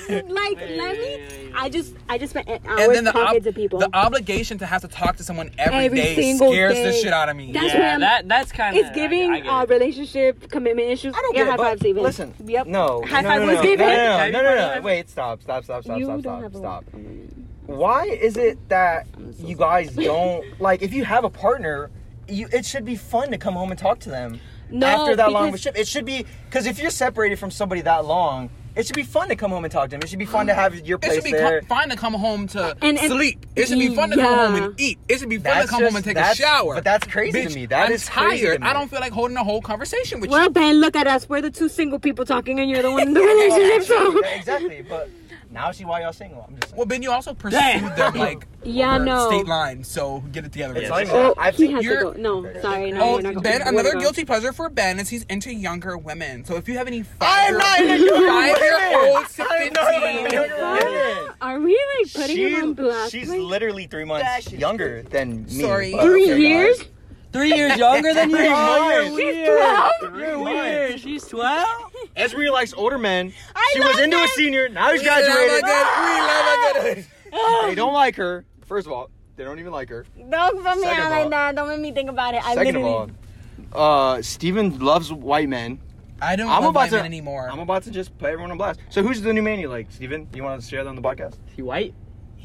S4: Sit
S3: like, let me. I just, I just spent hours
S4: and then the,
S3: talking
S4: ob-
S3: to people.
S4: the obligation to have to talk to someone
S3: Every
S4: every day
S3: single
S4: scares the
S3: day.
S4: shit out of me.
S3: That's
S1: yeah,
S3: where I'm-
S1: that that's kind of
S3: it's giving
S1: I, I get
S3: uh,
S1: it.
S3: relationship commitment issues.
S2: I don't
S3: yeah,
S2: get
S3: high
S2: it. but
S3: five, Steven.
S2: Listen.
S3: Yep.
S2: No.
S3: High
S2: no,
S3: five
S2: no,
S3: was
S2: no,
S3: given.
S2: No, no, no, no, no, no,
S1: Everybody-
S2: Wait, stop, stop, stop, stop,
S3: you
S2: stop,
S3: don't have
S2: stop,
S3: a
S2: stop. Why is it that you guys don't like if you have a partner, you it should be fun to come home and talk to them
S3: No,
S2: after that long of a
S3: because-
S2: ship. It should be because if you're separated from somebody that long, it should be fun to come home and talk to them. It should be fun to have your
S4: It
S2: place
S4: should be
S2: there.
S4: com- fun to come home to
S3: And- and-
S4: sleep. It should be fun to
S3: yeah.
S4: come home and eat. It should be fun to
S2: That's
S4: come home
S2: just-
S4: and take a
S2: that's-
S4: shower.
S2: but that's crazy to
S4: Bitch,
S2: me. That
S4: I'm
S2: is
S4: tired.
S2: crazy to me.
S4: I don't feel like holding a whole conversation with
S3: Well,
S4: you.
S3: Ben, look at us. We're the two single people talking, and you're the one in the relationship. So.
S2: Oh, Yeah, exactly. But now I see why y'all single. I'm just saying.
S4: Well, Ben, you also pursued
S1: Damn.
S4: their like
S3: Yeah,
S4: their
S3: no.
S4: state line. So get it together.
S2: It's
S4: bitch.
S2: not even-
S3: Oh,
S2: I've
S3: he
S2: seen-
S3: has to
S4: you're-
S3: go. No, sorry, no,
S4: Oh,
S3: we're not going.
S4: Ben,
S3: we're
S4: another
S3: going.
S4: guilty pleasure for Ben is he's into younger women. So if you have any
S2: I am not into younger
S4: five-year-olds to
S2: I'm not even
S4: 15,
S2: younger women.
S3: Are we like putting
S2: She-
S3: him on blast?
S2: She's
S3: like,
S2: literally three months younger than me.
S4: Sorry.
S2: but
S3: three
S2: okay,
S3: years?
S2: guys.
S1: Three years younger than you.
S2: Three
S1: Oh, you're
S2: months.
S1: weird. You're weird. She's 12?
S2: Esri likes older men. she was into a senior. Now she's
S4: We love a
S2: graduated.
S4: good- we love a good-
S3: Ah.
S2: They don't like her. First of all, they don't even like her.
S3: Don't put me
S2: Second
S3: out
S2: of all-
S3: like that. Don't make me think about it. I
S2: Second
S3: literally.
S2: of all, uh, Steven loves white men.
S4: I don't
S2: I'm
S4: love
S2: about
S4: women
S2: to-
S4: anymore.
S2: I'm about to just put everyone on blast. So who's the new man you like, Steven? You want to share that on the podcast?
S1: He white?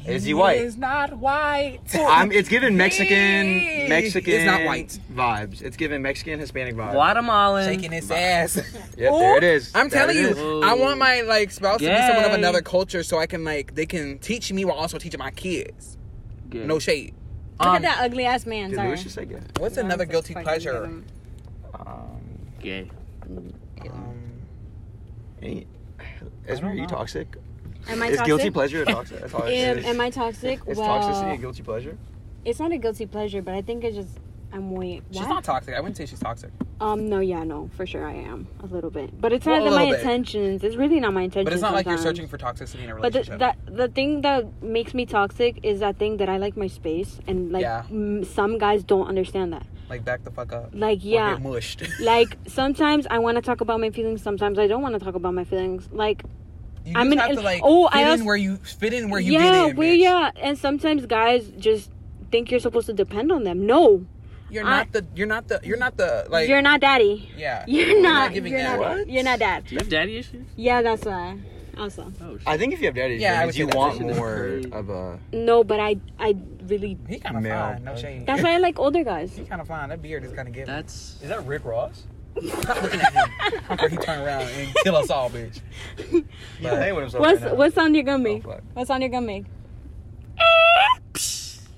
S2: Is he white?
S4: He's not white.
S2: I'm, it's giving Mexican
S4: He's
S2: Mexican
S4: not white.
S2: vibes. It's giving Mexican Hispanic vibes.
S1: Guatemalan.
S4: shaking his ass.
S2: Yep, there it is.
S4: I'm
S2: There
S4: telling
S2: it
S4: you,
S2: is.
S4: I want my like spouse to be someone of
S1: Gay.
S4: another culture, so I can like they can teach me while also teaching my kids.
S1: Good.
S4: No shade.
S3: Look
S1: Um,
S3: at that ugly ass man.
S2: Did
S3: Sorry.
S2: Louis just say gay?
S4: What's another guilty
S3: Fucking
S4: pleasure?
S3: him.
S2: Um,
S1: Gay.
S2: any- Esmer, are you toxic?
S3: Am I
S2: is
S3: toxic?
S2: guilty pleasure a toxic? That's all it
S3: Am,
S2: is.
S3: am I toxic?
S2: Is
S3: well,
S2: toxicity a guilty pleasure?
S3: it's not a guilty pleasure, but I think it's just I'm way.
S4: She's
S3: what?
S4: not toxic. I wouldn't say she's toxic.
S3: Um, no, yeah, no, for sure I am a little bit, but it's
S4: Well,
S3: not
S4: a
S3: that my
S4: little bit.
S3: intentions. It's really not my intentions.
S4: But it's not like you're
S3: sometimes.
S4: searching for toxicity in a
S3: But the,
S4: relationship.
S3: that the thing that makes me toxic is that thing that I like my space, and like
S4: Yeah.
S3: m- some guys don't understand that.
S4: like back the fuck up.
S3: Like
S4: Or
S3: yeah,
S4: get mushed.
S3: like sometimes I want to talk about my feelings, sometimes I don't want to talk about my feelings. Like
S4: You
S3: I'm
S4: just
S3: an-
S4: have to like
S3: oh,
S4: fit
S3: I
S4: in
S3: also-
S4: where you fit in where you
S3: yeah,
S4: fit in.
S3: we
S4: bitch.
S3: yeah, and sometimes guys just think you're supposed to depend on them. No,
S4: You're
S3: I-
S4: not the you're not the you're not the like
S3: you're not daddy.
S4: yeah.
S3: You're not. You're
S4: giving
S3: not.
S4: that.
S2: What?
S3: You're not dad.
S1: Do you have daddy issues?
S3: Yeah, that's why. Also,
S1: Oh, shit.
S2: I think if you have daddy
S4: Yeah, I
S2: issues,
S4: would
S2: you
S4: say that's
S2: want
S4: actually
S2: more
S1: crazy.
S2: of a.
S3: no, but I I really.
S4: He kind of
S2: Male.
S4: fine. No shade.
S3: That's why I like older guys.
S4: He kind of fine. That beard is kind of giving.
S1: That's.
S2: Is that Rick Ross?
S4: Stop looking at him. After he turn around and kill us all, bitch.
S2: He's playing with himself.
S3: What's
S2: right now.
S3: what sound you're gonna
S2: Oh,
S3: make?
S2: fuck.
S3: What sound you're gonna make?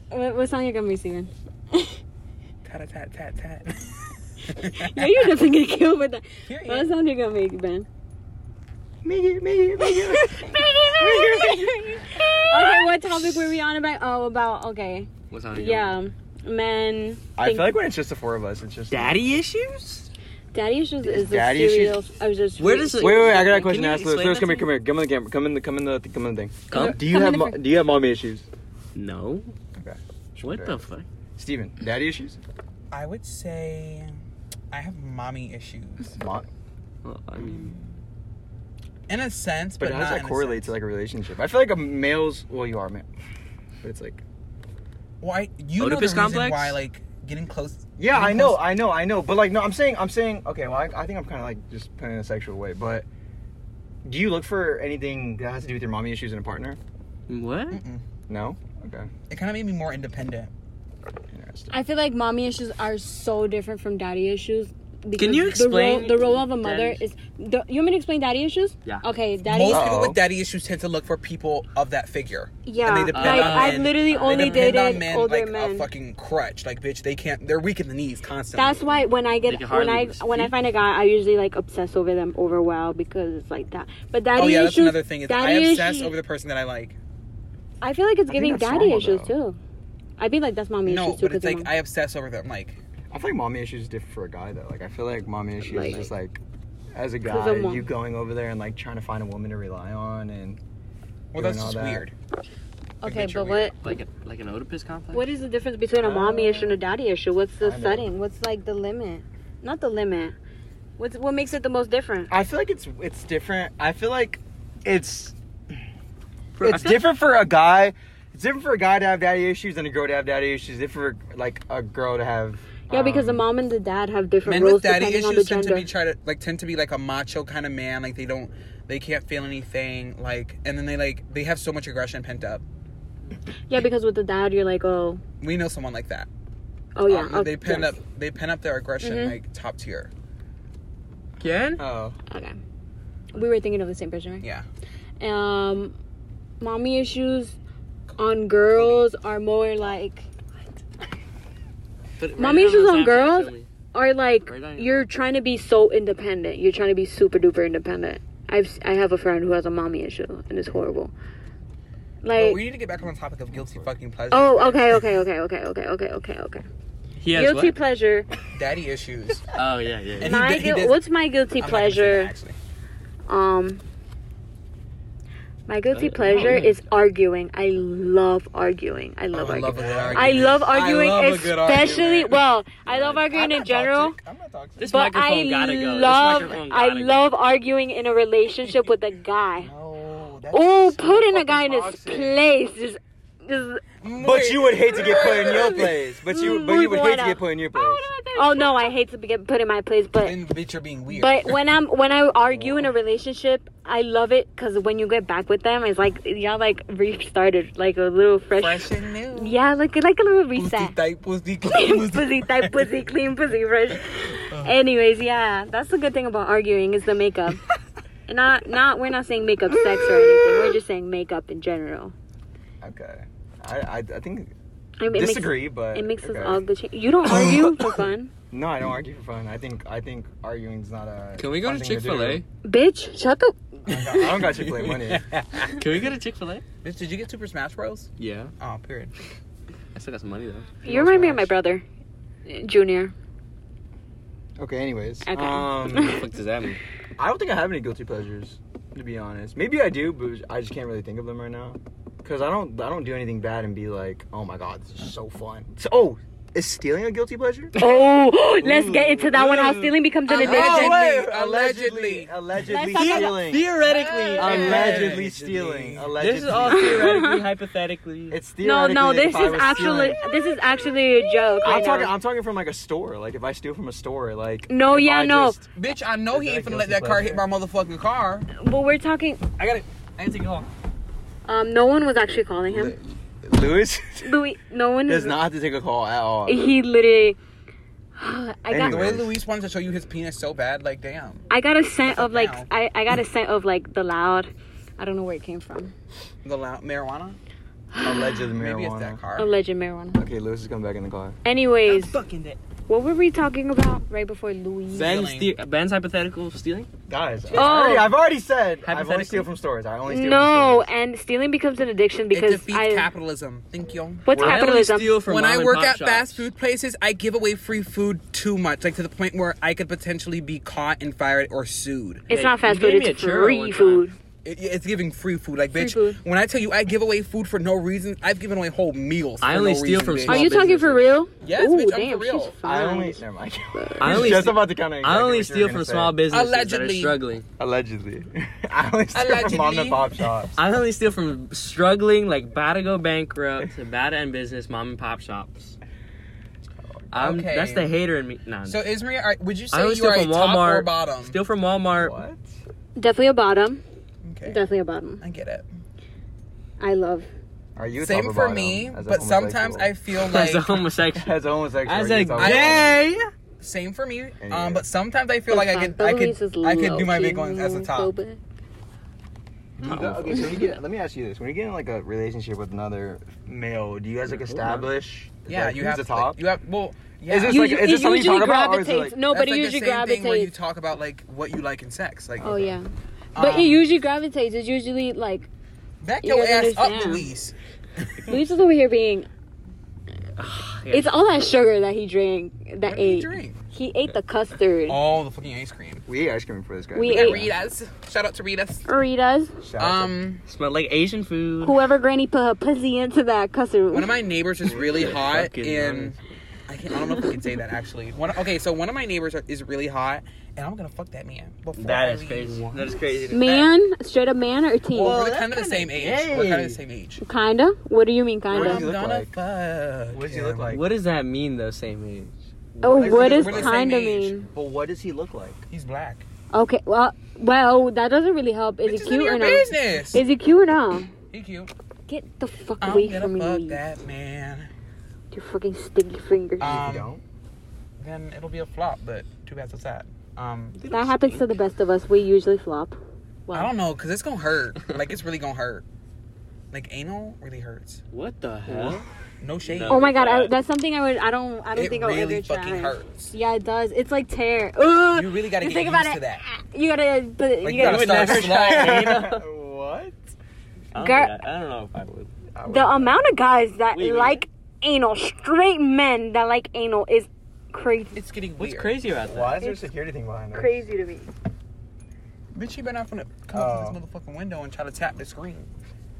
S3: What, what sound you're gonna make, Steven?
S4: Tat tat tat tat.
S3: Yeah, you're definitely gonna kill with that.
S4: Period.
S3: What sound you're gonna make, Ben?
S2: Make it, make it, make it.
S3: okay, what topic were we on about? Oh, about okay,
S1: What's on
S3: yeah, men.
S2: I
S3: think-
S2: feel like when it's just the four of us, it's just.
S1: Daddy issues?
S3: daddy issues
S2: Is
S3: is a
S2: daddy
S3: serial. I was just
S1: Where does it-
S2: Wait, wait, wait! I got a
S1: Can
S2: question
S1: you
S2: to ask Lewis.
S1: explain
S2: Lewis,
S1: that
S2: come here,
S1: to
S2: come here, come in the camera, come in the, come in the, come in the thing.
S1: Come.
S2: Do you
S3: Come in
S2: have,
S3: the
S2: mo-
S3: fr-
S2: do you have mommy issues?
S1: No.
S2: Okay.
S1: What the fuck?
S2: Steven, daddy issues?
S4: I would say I have mommy issues
S2: Mom.
S1: Well, I mean,
S4: in a sense, but,
S2: But how
S4: not
S2: does that
S4: in a
S2: correlate
S4: sense.
S2: to like a relationship? I feel like a male's. Well, you are a male, but it's like.
S4: why you know the
S1: Oedipus
S4: reason
S1: complex?
S4: why like getting close.
S2: Yeah,
S4: getting
S2: I know,
S4: close-
S2: I know, I know. But like, no, I'm saying, I'm saying, okay, well, I, I think I'm kind of like just putting it in a sexual way, but do you look for anything that has to do with your mommy issues in a partner?
S1: what?
S2: No? Okay.
S4: It kind of made me more independent.
S2: Interesting.
S3: I feel like mommy issues are so different from daddy issues. because
S1: Can you explain
S3: the role, the role of a mother?
S1: daddy-
S3: Is the, you want me to explain daddy issues?
S1: Yeah.
S3: Okay, daddy.
S4: Most
S2: Uh-oh.
S4: people with daddy issues tend to look for people of that figure.
S3: Yeah,
S4: And they depend
S3: like
S4: on
S3: I've
S4: men.
S3: literally only
S4: depend
S3: dated
S4: on men
S3: older
S4: like
S3: men.
S4: a fucking crutch. Like, bitch, they can't. They're weak in the knees constantly.
S3: That's why when I
S1: Like
S3: get
S1: a
S3: when
S1: Harley
S3: I
S1: with
S3: when I
S1: feet?
S3: find a guy, I usually like obsess over them over a while because it's like that. But daddy
S4: Oh yeah, that's
S3: issues.
S4: another thing. Is I
S3: daddy
S4: obsess
S3: issues-
S4: over the person that I like.
S3: I feel like it's giving
S2: that's
S3: daddy
S2: normal,
S3: issues
S2: though.
S3: too. I'd be like, that's mommy
S4: No,
S3: issues too.
S4: but it's
S3: because
S4: like
S3: of mom.
S4: I obsess over them. Like,
S2: I feel like mommy issues is different for a guy though. Like, I feel like mommy issues
S3: Like-
S2: is just like, as a
S3: Because
S2: guy,
S3: of mom.
S2: you going over there and like trying to find a woman to rely on, and
S4: well,
S2: Doing
S4: that's
S2: all
S4: just
S2: that.
S4: weird.
S3: okay,
S4: bitch,
S3: but
S4: you're
S3: what
S1: Like a, like an Oedipus complex?
S3: what is the difference between a
S4: Uh,
S3: mommy issue and a daddy issue? What's the
S2: I know.
S3: setting? What's like the limit? Not the limit. What's what makes it the most different?
S2: I feel like it's it's different. I feel like it's
S1: For- I
S2: it's
S1: feel like-
S2: different for a guy. It's different for a guy to have um, daddy issues than a girl to have daddy issues. Different for like a girl to have
S3: Yeah, because the mom and the dad have different
S4: Um, Men
S3: roles
S4: with daddy
S3: depending on the
S4: issues tend to
S3: gender.
S4: be try to like tend to be like a macho kind of man. Like they don't, they can't feel anything. Like and then they like they have so much aggression pent up.
S3: yeah, because with the dad, you're like, oh,
S4: We know someone like that.
S3: oh yeah. Mm-hmm.
S4: Um,
S3: oh,
S4: they pent
S3: yes.
S4: up they pent up their aggression like top tier.
S1: Again?
S2: Oh.
S3: Okay. We were thinking of the same person, right?
S4: Yeah.
S3: um mommy issues on girls are more like
S1: Put it right
S3: Mommy
S1: down
S3: issues
S1: what's
S3: on
S1: happening,
S3: girls?
S1: show me.
S3: are like
S1: Right on.
S3: you're trying to be so independent you're trying to be super duper independent i've i have a friend who has a mommy issue and it's horrible
S4: But
S3: like
S4: we need to get back on the topic of guilty fucking pleasure.
S3: oh okay okay okay okay okay okay okay okay
S1: He has
S3: guilty
S1: what?
S3: pleasure
S4: Daddy issues.
S1: Oh yeah, yeah. yeah.
S4: And he
S3: my
S4: did- he
S3: guil-
S4: did-
S3: what's my guilty
S4: I'm not gonna say that,
S3: pleasure
S4: actually.
S3: um my guilty
S1: Uh,
S3: pleasure
S1: okay.
S3: is arguing i love arguing i love
S4: Oh, I
S3: arguing
S4: love a good
S3: I
S4: argument.
S3: love arguing,
S4: I love a good
S3: especially
S4: argument.
S3: well. I love
S4: I'm
S3: arguing in
S4: not
S3: general,
S4: toxic. I'm not toxic.
S1: This
S3: but
S1: microphone
S3: I
S1: gotta go. This
S3: love
S1: microphone
S3: I
S1: gotta go.
S3: love arguing in a relationship with a guy.
S4: No, that's
S3: Oh,
S4: so
S3: putting
S4: fucking
S3: a guy in his
S4: toxic.
S3: place is. is
S2: But you would hate to get put in your place. But you but
S3: Muy
S2: you would hate to
S3: buena.
S2: get put in your place.
S3: oh no, I hate to be get put in my place, but
S4: And bitch, you're being weird.
S3: but when I'm when I argue in a relationship, I love it because when you get back with them, it's like y'all like restarted like a little fresh.
S4: fresh and new.
S3: Yeah, like like a little
S4: Pussy
S3: reset.
S4: tight, pussy clean, pussy-
S3: clean pussy type pussy clean pussy fresh anyways yeah that's the good thing about arguing is the makeup And not not we're not saying makeup sex or anything we're just saying makeup in general
S2: Okay. I, I, I think
S3: I mean, it
S2: disagree,
S3: makes,
S2: but
S3: it makes
S2: okay.
S3: us all the change you don't argue for fun
S2: No, I don't argue for fun. I think I think arguing's not a.
S1: Can we go
S2: fun
S1: to
S2: thing
S1: Chick Fil
S2: do.
S1: A?
S3: bitch shut the
S2: I don't got Chick Fil A money.
S1: Can we go to Chick Fil A?
S4: Bitch, did you get Super Smash Bros?
S1: Yeah.
S4: Oh, period.
S1: I still got some money though.
S3: you remind me of my brother junior
S2: Okay. Anyways.
S3: Okay.
S1: What the
S2: Um,
S1: fuck does that mean?
S2: I don't think I have any guilty pleasures, to be honest. Maybe I do, but I just can't really think of them right now. Cause I don't I don't do anything bad and be like, oh my god, this is so fun. So, oh, is stealing a guilty pleasure?
S3: oh let's get
S2: Ooh.
S3: into that one how
S2: Ooh.
S3: stealing becomes an
S4: Allegedly.
S3: addiction
S4: Allegedly.
S2: Oh, allegedly, allegedly
S3: Let's talk about-
S2: stealing,
S1: Theoretically,
S2: allegedly stealing, allegedly.
S1: This is all theoretically, hypothetically.
S2: It's
S3: no
S2: theoretically.
S3: no this
S2: if I
S3: is
S2: was
S3: actually
S2: stealing-
S3: this is actually a joke right
S2: I'm
S3: now.
S2: talking. I'm talking from like a store. Like if I steal from a store, like.
S3: No,
S2: if
S3: yeah,
S2: I
S3: no.
S2: just-
S4: Bitch, I know
S2: Is
S4: he
S2: that
S4: ain't
S2: a
S4: finna let
S2: guilty
S4: that car hit
S2: pleasure?
S4: my motherfucking car.
S3: but we're talking
S1: I gotta. I gotta take it home.
S3: um no one was actually calling him
S2: Louis
S3: Louis, no one
S2: does not have to take a call at all.
S3: He literally. I got
S4: The way
S2: Anyways.
S4: Luis wanted to show you his penis so bad, like damn.
S3: I got a scent of like
S4: Now.
S3: I, I got a scent of like the loud. I don't know where it came from.
S4: The la- marijuana?
S2: Allegedly
S4: Maybe it's that
S2: marijuana.
S4: car.
S3: Alleged marijuana.
S2: Okay, Louis is coming back in the car.
S3: Anyways,
S1: Fucking that.
S3: what were we talking about right before Louis?
S1: Ben's,
S4: Stealing.
S1: the- Ben's hypothetical stealing.
S2: Guys, I've,
S3: Oh.
S2: already, I've already said I've only
S1: Hypothetically.
S2: steal from stores. I only steal
S3: No,
S2: from stores.
S3: and stealing becomes an addiction
S4: It
S3: because
S4: defeats
S3: I.
S4: capitalism. Thank you.
S3: What's
S1: I only
S3: capitalism?
S1: steal from
S4: when
S1: mom
S4: I
S1: and
S4: work
S1: pop
S4: at
S1: shops.
S4: fast food places, I give away free food too much, like to the point where I could potentially be caught and fired or sued.
S3: it's
S1: Hey,
S3: not fast
S1: you gave
S3: food.
S1: me
S3: It's
S1: a churro one
S3: free
S1: time.
S3: food.
S4: It- it's giving free food, like bitch.
S3: food.
S4: When I tell you I give away food for no reason, I've given away whole meals.
S1: I
S4: for
S1: only
S4: no
S1: steal
S4: reason,
S1: from
S4: bitch.
S1: small
S3: Are you talking for real?
S4: Yes,
S3: Ooh,
S4: bitch, I'm for
S3: damn,
S4: real.
S3: she's
S2: I
S3: fine.
S2: only. Never mind.
S1: I only
S2: just
S1: steal-
S2: about to kind of.
S1: I only steal from small businesses that
S4: Allegedly.
S1: are struggling.
S2: Allegedly. I only steal
S4: Allegedly.
S2: from mom and pop shops.
S1: I only steal from struggling, like about to go bankrupt, about to end business, mom and pop shops. I'm,
S4: Okay.
S1: That's the hater in me. Nah,
S4: So, Ismaria, are, would you say
S1: I only
S4: you
S1: steal
S4: are a
S1: from
S4: top or
S1: Walmart.
S4: bottom?
S1: Steal from Walmart.
S2: What?
S3: Definitely a bottom.
S4: okay,
S3: Definitely a bottom.
S4: I get it.
S3: I love.
S2: Are you a top
S4: Same
S2: or
S4: for
S2: bottom
S4: me,
S2: as a
S4: but sometimes I
S2: homosexual?
S4: feel
S1: As a
S4: like
S1: homosexual.
S2: As a homosexual.
S1: As
S2: are you
S1: a
S2: top or bottom?
S1: gay.
S4: same for me.
S2: Anyway.
S4: Um, but sometimes I feel like I could, I could, I could do my big ones as a top.
S2: Do you go- Okay, so you get, let me ask you this: When you get in like a relationship with another male, do you guys like establish?
S4: Yeah,
S2: like,
S4: you
S2: who's
S4: have
S2: the
S4: to, like,
S2: top.
S4: You have well, yeah.
S2: Is this- It's
S3: Usually,
S2: like- is this
S3: it
S2: something you
S3: usually
S2: talk about, or is
S3: gravitates.
S2: it like-
S3: no,
S4: That's
S3: but it
S4: like the
S3: usually
S4: same thing where you
S3: gravitates.
S4: talk about like what you like in sex. Like,
S3: Oh yeah,
S4: Um,
S3: but it usually gravitates. It's usually like
S4: back
S3: You
S4: your
S3: gotta
S4: ass up,
S3: understand.
S4: Luis.
S3: Luis is over here being. It's all that sugar that he drank,
S4: What
S3: that
S4: did
S3: ate.
S4: you drink?
S3: He ate the custard.
S4: All the fucking ice cream.
S2: we ate ice cream for this guy.
S3: We
S4: Yeah,
S3: ate-
S4: Rita's. Shout out to Rita's.
S3: Doritos.
S2: Shout out to-
S4: Um,
S1: Smell like Asian food.
S3: Whoever Granny put her pussy into that custard.
S4: one of my neighbors is really hot,
S1: fucking
S4: and
S1: honest.
S4: I, can't, I don't know if I can say that actually. One, okay, so one of my neighbors are, is really hot, and I'm gonna fuck that man. Before I
S1: That is
S4: leave.
S1: crazy. That is crazy.
S3: man, straight up man or teen?
S4: Well,
S1: Well,
S4: we're
S1: that's
S4: kind of the
S1: kinda
S4: same age. We're kind of
S1: gay.
S4: the same age.
S3: kinda. What do you mean,
S2: What
S4: I'm
S2: does
S3: kinda?
S2: he look
S4: gonna
S2: like?
S4: fuck.
S2: What does he
S4: him.
S2: look like?
S1: What does that mean though? Same age.
S3: Oh,
S4: Like,
S3: what
S4: we're
S3: does
S4: the same
S3: kinda
S4: age.
S3: mean?
S2: But what does he look like?
S4: He's black.
S3: Okay, well, well, that doesn't really help. Is
S4: It's
S3: he
S4: none of
S3: cute or
S4: your
S3: not?
S4: business.
S3: Is he cute or not?
S4: He cute.
S3: Get the fuck
S4: I'm
S3: away
S4: gonna
S3: from me.
S4: fuck
S3: with
S4: that man.
S3: Your fucking sticky fingers.
S2: if
S4: Um,
S2: you don't,
S4: Then it'll be a flop, but too bad so sad. Um,
S3: that happens to the best of us. We usually flop.
S4: I don't know, cause it's gonna hurt. like it's really gonna hurt. Like anal really hurts.
S1: What the hell?
S4: No shade.
S1: No.
S3: Oh my god, I,
S1: Yeah.
S3: that's something I would. I don't. I don't
S4: It
S3: think I'll
S4: really
S3: ever try.
S4: fucking hurts.
S3: Yeah, it does. It's like tear. Ugh.
S4: You really gotta
S3: You
S4: get
S3: think
S4: used
S3: about
S4: to
S3: it.
S4: that.
S3: You gotta. But
S4: Like,
S3: you
S4: you
S1: I
S3: gotta.
S1: would
S4: Start
S1: never try. You know?
S2: what?
S1: I don't,
S3: Gar-
S1: think I, I don't know if I would.
S2: I would-
S3: The amount of guys that
S1: Wait a minute.
S3: like anal, straight men that like anal, is crazy.
S4: It's getting
S1: What's
S4: weird.
S1: crazy about that?
S2: Why is there a security thing behind us?
S3: Crazy to me.
S4: Bitch, you better not finna come up to
S2: Oh.
S4: this motherfucking window and try to tap the screen.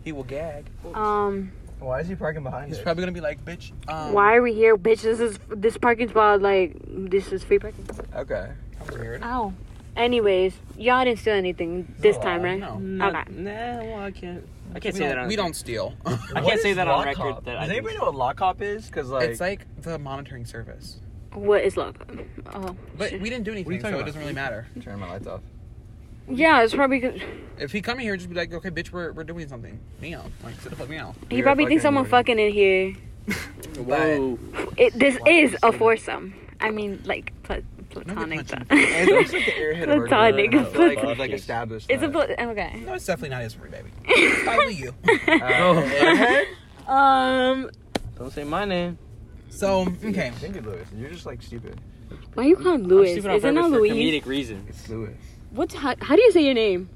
S4: He will gag.
S3: Um,
S2: Why is he parking behind
S4: He's
S2: us?
S4: probably gonna be like, bitch. Um,
S3: why are we here, bitch? This is this parking spot. Like, this is free parking.
S2: okay.
S4: That was weird.
S3: Ow. Anyways, y'all didn't steal anything this
S4: No,
S3: time, right?
S4: Oh, no.
S1: No,
S3: Okay.
S1: Nah, well, I can't. I
S4: We
S1: can't say that
S4: don't,
S1: on.
S4: we don't steal.
S1: I
S2: What
S1: can't say
S2: is
S1: that on
S2: lock
S1: record.
S2: hop?
S1: That
S2: Does
S1: I
S2: anybody know what lock hop is? Because like,
S4: it's like the monitoring service,
S3: What is love? Oh.
S4: but we didn't do anything, so
S2: talking
S4: it
S2: about?
S4: doesn't really matter.
S2: turn my lights off.
S3: Yeah, it's probably. Good.
S4: If he come in here, just be like, okay, bitch, we're, we're doing something. Meow. Like, sit the fuck meow.
S3: He
S2: You're
S3: probably
S2: fucking
S3: thinks someone
S2: weird.
S3: fucking in here.
S1: Whoa.
S3: It, this
S2: Why would
S3: is a
S2: you say that?
S3: foursome. I mean, like pla- platonic.
S4: punching.
S3: but-
S2: And it looks like the airhead of our
S3: Platonic.
S2: group, Like, we've,
S1: Platonic.
S2: like established.
S1: uh,
S3: it's a
S2: that.
S3: pla- okay.
S4: No, it's definitely not his room, baby. It's probably you.
S2: Uh, airhead?
S3: Um,
S1: Don't say my name.
S4: So, okay.
S2: Thank you, Lewis. You're just like stupid.
S3: why you calling
S1: I'm
S3: Louis?
S1: stupid on
S3: Isn't that
S1: purpose for
S3: Louis?
S1: comedic reason.
S2: It's Lewis.
S3: What's how, how do you say your name?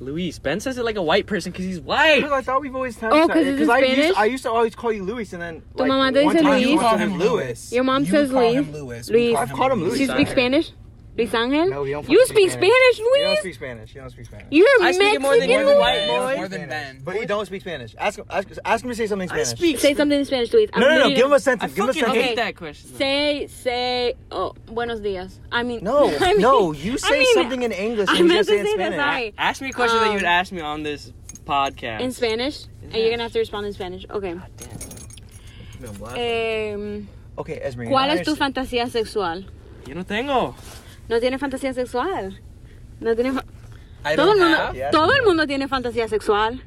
S1: Louis. Ben says it like a white person because he's white.
S2: Because I thought we've always had.
S3: Oh, 'cause it's in
S2: I used,
S3: Spanish?
S2: I used to always call you Luis, and then
S3: Tu
S2: like,
S3: mamá te
S2: one
S3: dice
S2: time
S3: Luis?
S2: you
S4: You call
S2: called
S4: him Lewis.
S3: Your mom
S4: you
S3: says
S4: call
S3: Luis.
S4: Him Luis.
S3: Luis.
S4: We
S2: I've called him Luis.
S3: Do you speak
S1: Angel.
S3: Spanish? Luis Angel?
S2: No, he don't.
S3: you
S2: fucking
S3: speak Spanish,
S2: He don't
S3: Luis?
S2: speak Spanish. He don't speak Spanish.
S3: You're
S1: I speak
S3: Mexican.
S1: it more than you,
S3: Luis?
S1: white
S4: More
S1: boy.
S4: than
S2: Spanish.
S4: Ben.
S2: But he don't speak Spanish. Ask him. Ask, ask him to say something in Spanish.
S3: Say something in Spanish, Luis. I'm
S2: No, no, no.
S3: literally-
S2: Give him a
S1: I
S2: sentence. Give him a
S1: fucking
S2: sentence.
S3: Okay.
S1: hate that question.
S3: Say, say, oh, buenos dias. I mean,
S2: No,
S3: I mean-
S2: no. You say
S3: mean,
S2: something in English
S3: I
S2: and you
S3: meant
S2: just
S3: to
S2: say it in
S3: say that,
S2: Spanish.
S3: sorry.
S1: Ask me a question that you would
S3: Um,
S1: ask me on this podcast.
S3: in Spanish, and you're gonna have to respond in Spanish. Okay.
S4: Ah,
S1: God damn.
S3: Um,
S2: Okay, Esmeralda.
S3: ¿Cuál es tu fantasía sexual?
S1: Yo no tengo.
S3: No tiene fantasía sexual. No tiene. fa-
S4: I
S3: Todo
S4: don't
S3: el mundo,
S4: have.
S2: Yeah,
S3: todo el
S2: señor.
S3: mundo tiene fantasía sexual.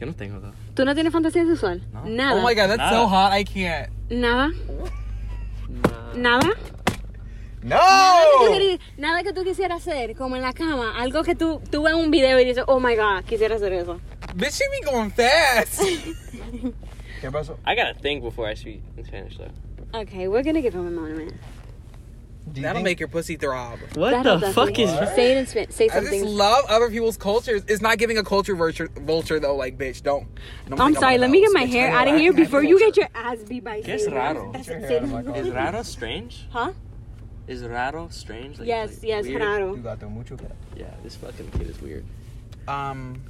S1: Yo no tengo though.
S3: ¿Tú no tienes fantasía sexual?
S1: No.
S3: Nada.
S4: Oh my god, that's so
S1: Nada.
S4: hot. I can't.
S3: Nada. Nada. Nada
S4: Oh.
S3: que tú
S2: No.
S3: queri- Nada que tú quisieras hacer, como en la cama. Algo que tú, tú ves un video y dices, oh my god, quisiera hacer eso.
S4: Bitch, she be going fast.
S2: ¿Qué pasó?
S1: I gotta think before I speak in Spanish though.
S3: Okay, we're gonna give him a moment.
S2: Do you
S4: That'll
S2: think-
S4: make your pussy throb.
S1: What
S3: That'll
S1: the fuck
S3: definitely-
S1: is?
S3: Say it in Spanish. Say
S4: I just
S3: something.
S4: love other people's cultures. It's not giving a culture vulture, vulture though. Like, bitch, don't. don't
S3: I'm oh,
S4: think
S3: sorry,
S4: one
S3: let
S4: of
S3: me get
S4: those.
S3: my
S4: Bitch,
S3: hair
S4: I know
S3: out of
S4: I
S3: here
S4: can have
S3: before you
S4: culture.
S3: get your ass beat by
S1: Qué es
S3: Satan.
S1: raro.
S3: That's
S2: Get your
S3: insane.
S2: hair out of my
S1: Is raro strange?
S3: Huh?
S1: Is raro strange? Like,
S3: Yes,
S1: it's, like,
S3: yes,
S1: weird?
S2: Tu
S3: raro.
S2: gato mucho gato.
S1: Yeah, this fucking kid is weird.
S4: Um,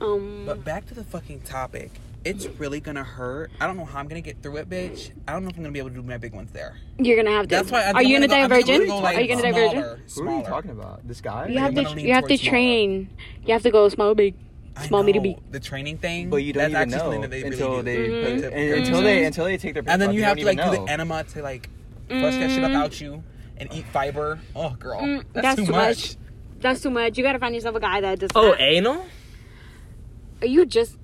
S3: Um,
S4: but back to the fucking topic. It's really gonna hurt. I don't know how I'm gonna get through it, bitch. I don't know if I'm gonna be able to do my big ones there.
S3: you're gonna have to.
S4: That's why. I think
S3: Are you
S4: I'm
S3: gonna
S4: go-
S3: die
S4: I'm
S3: a virgin?
S4: go,
S3: Are
S4: like,
S3: you gonna die a
S4: smaller,
S3: virgin?
S2: Who are you
S4: smaller.
S2: talking about? This guy?
S3: You have
S4: I'm
S3: to.
S4: leaning
S3: You have to
S4: towards smaller.
S3: train. You have to go small, big,
S4: I
S3: small, me to
S4: know,
S3: be.
S4: The training thing,
S2: But you
S4: that's
S2: don't even
S4: actually
S2: know
S4: something that they really
S2: until
S4: do.
S2: they
S4: Like,
S2: and-
S4: to-
S2: until they until they take their.
S4: and then you have to like do
S2: do
S4: the enema to like flush that shit up out you and eat fiber. Oh, girl,
S3: Mm,
S4: that's,
S3: that's
S4: too
S3: too
S4: much.
S3: That's too much. You gotta find yourself a guy that does.
S1: Oh,
S3: not-
S1: anal?
S3: Are you just?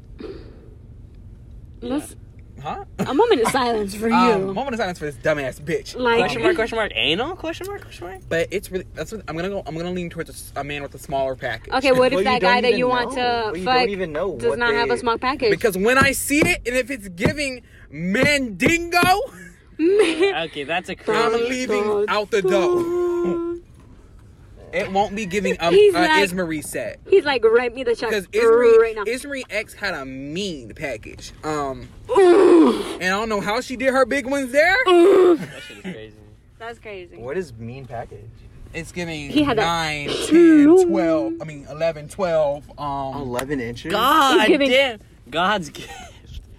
S3: Let's,
S4: Huh?
S3: A moment of silence for
S4: Um,
S3: you.
S4: moment of silence for this dumbass bitch.
S3: Like,
S1: Question mark? Question mark? Anal? Question mark? Question mark?
S4: But it's really that's what I'm gonna go. I'm gonna lean towards a s- a, man with a smaller package.
S3: okay,
S2: Well,
S3: what if
S2: you
S3: that
S2: don't
S3: guy that
S2: even
S3: you want
S2: know.
S3: to
S2: You
S3: fuck
S2: don't even know
S3: does
S2: what
S3: not have a
S2: they-
S3: small package?
S4: Because when I see it and if it's giving mandingo,
S3: Oh
S1: Okay, that's a
S4: I'm
S1: crazy.
S4: leaving out the door. It won't be giving um,
S3: He's
S4: uh,
S3: like-
S4: Ismarie set
S3: he's like, write me the check
S4: because Ismarie
S3: right now.
S4: Ismarie X had a mean package. Um, and I don't know how she did her big ones there.
S1: That shit is crazy.
S3: That's crazy.
S2: What is mean package?
S4: It's giving
S3: He had a-
S4: 9, 10, 12, I mean 11, 12. Um,
S2: Eleven inches.
S1: God
S3: giving-
S1: damn. God's gift.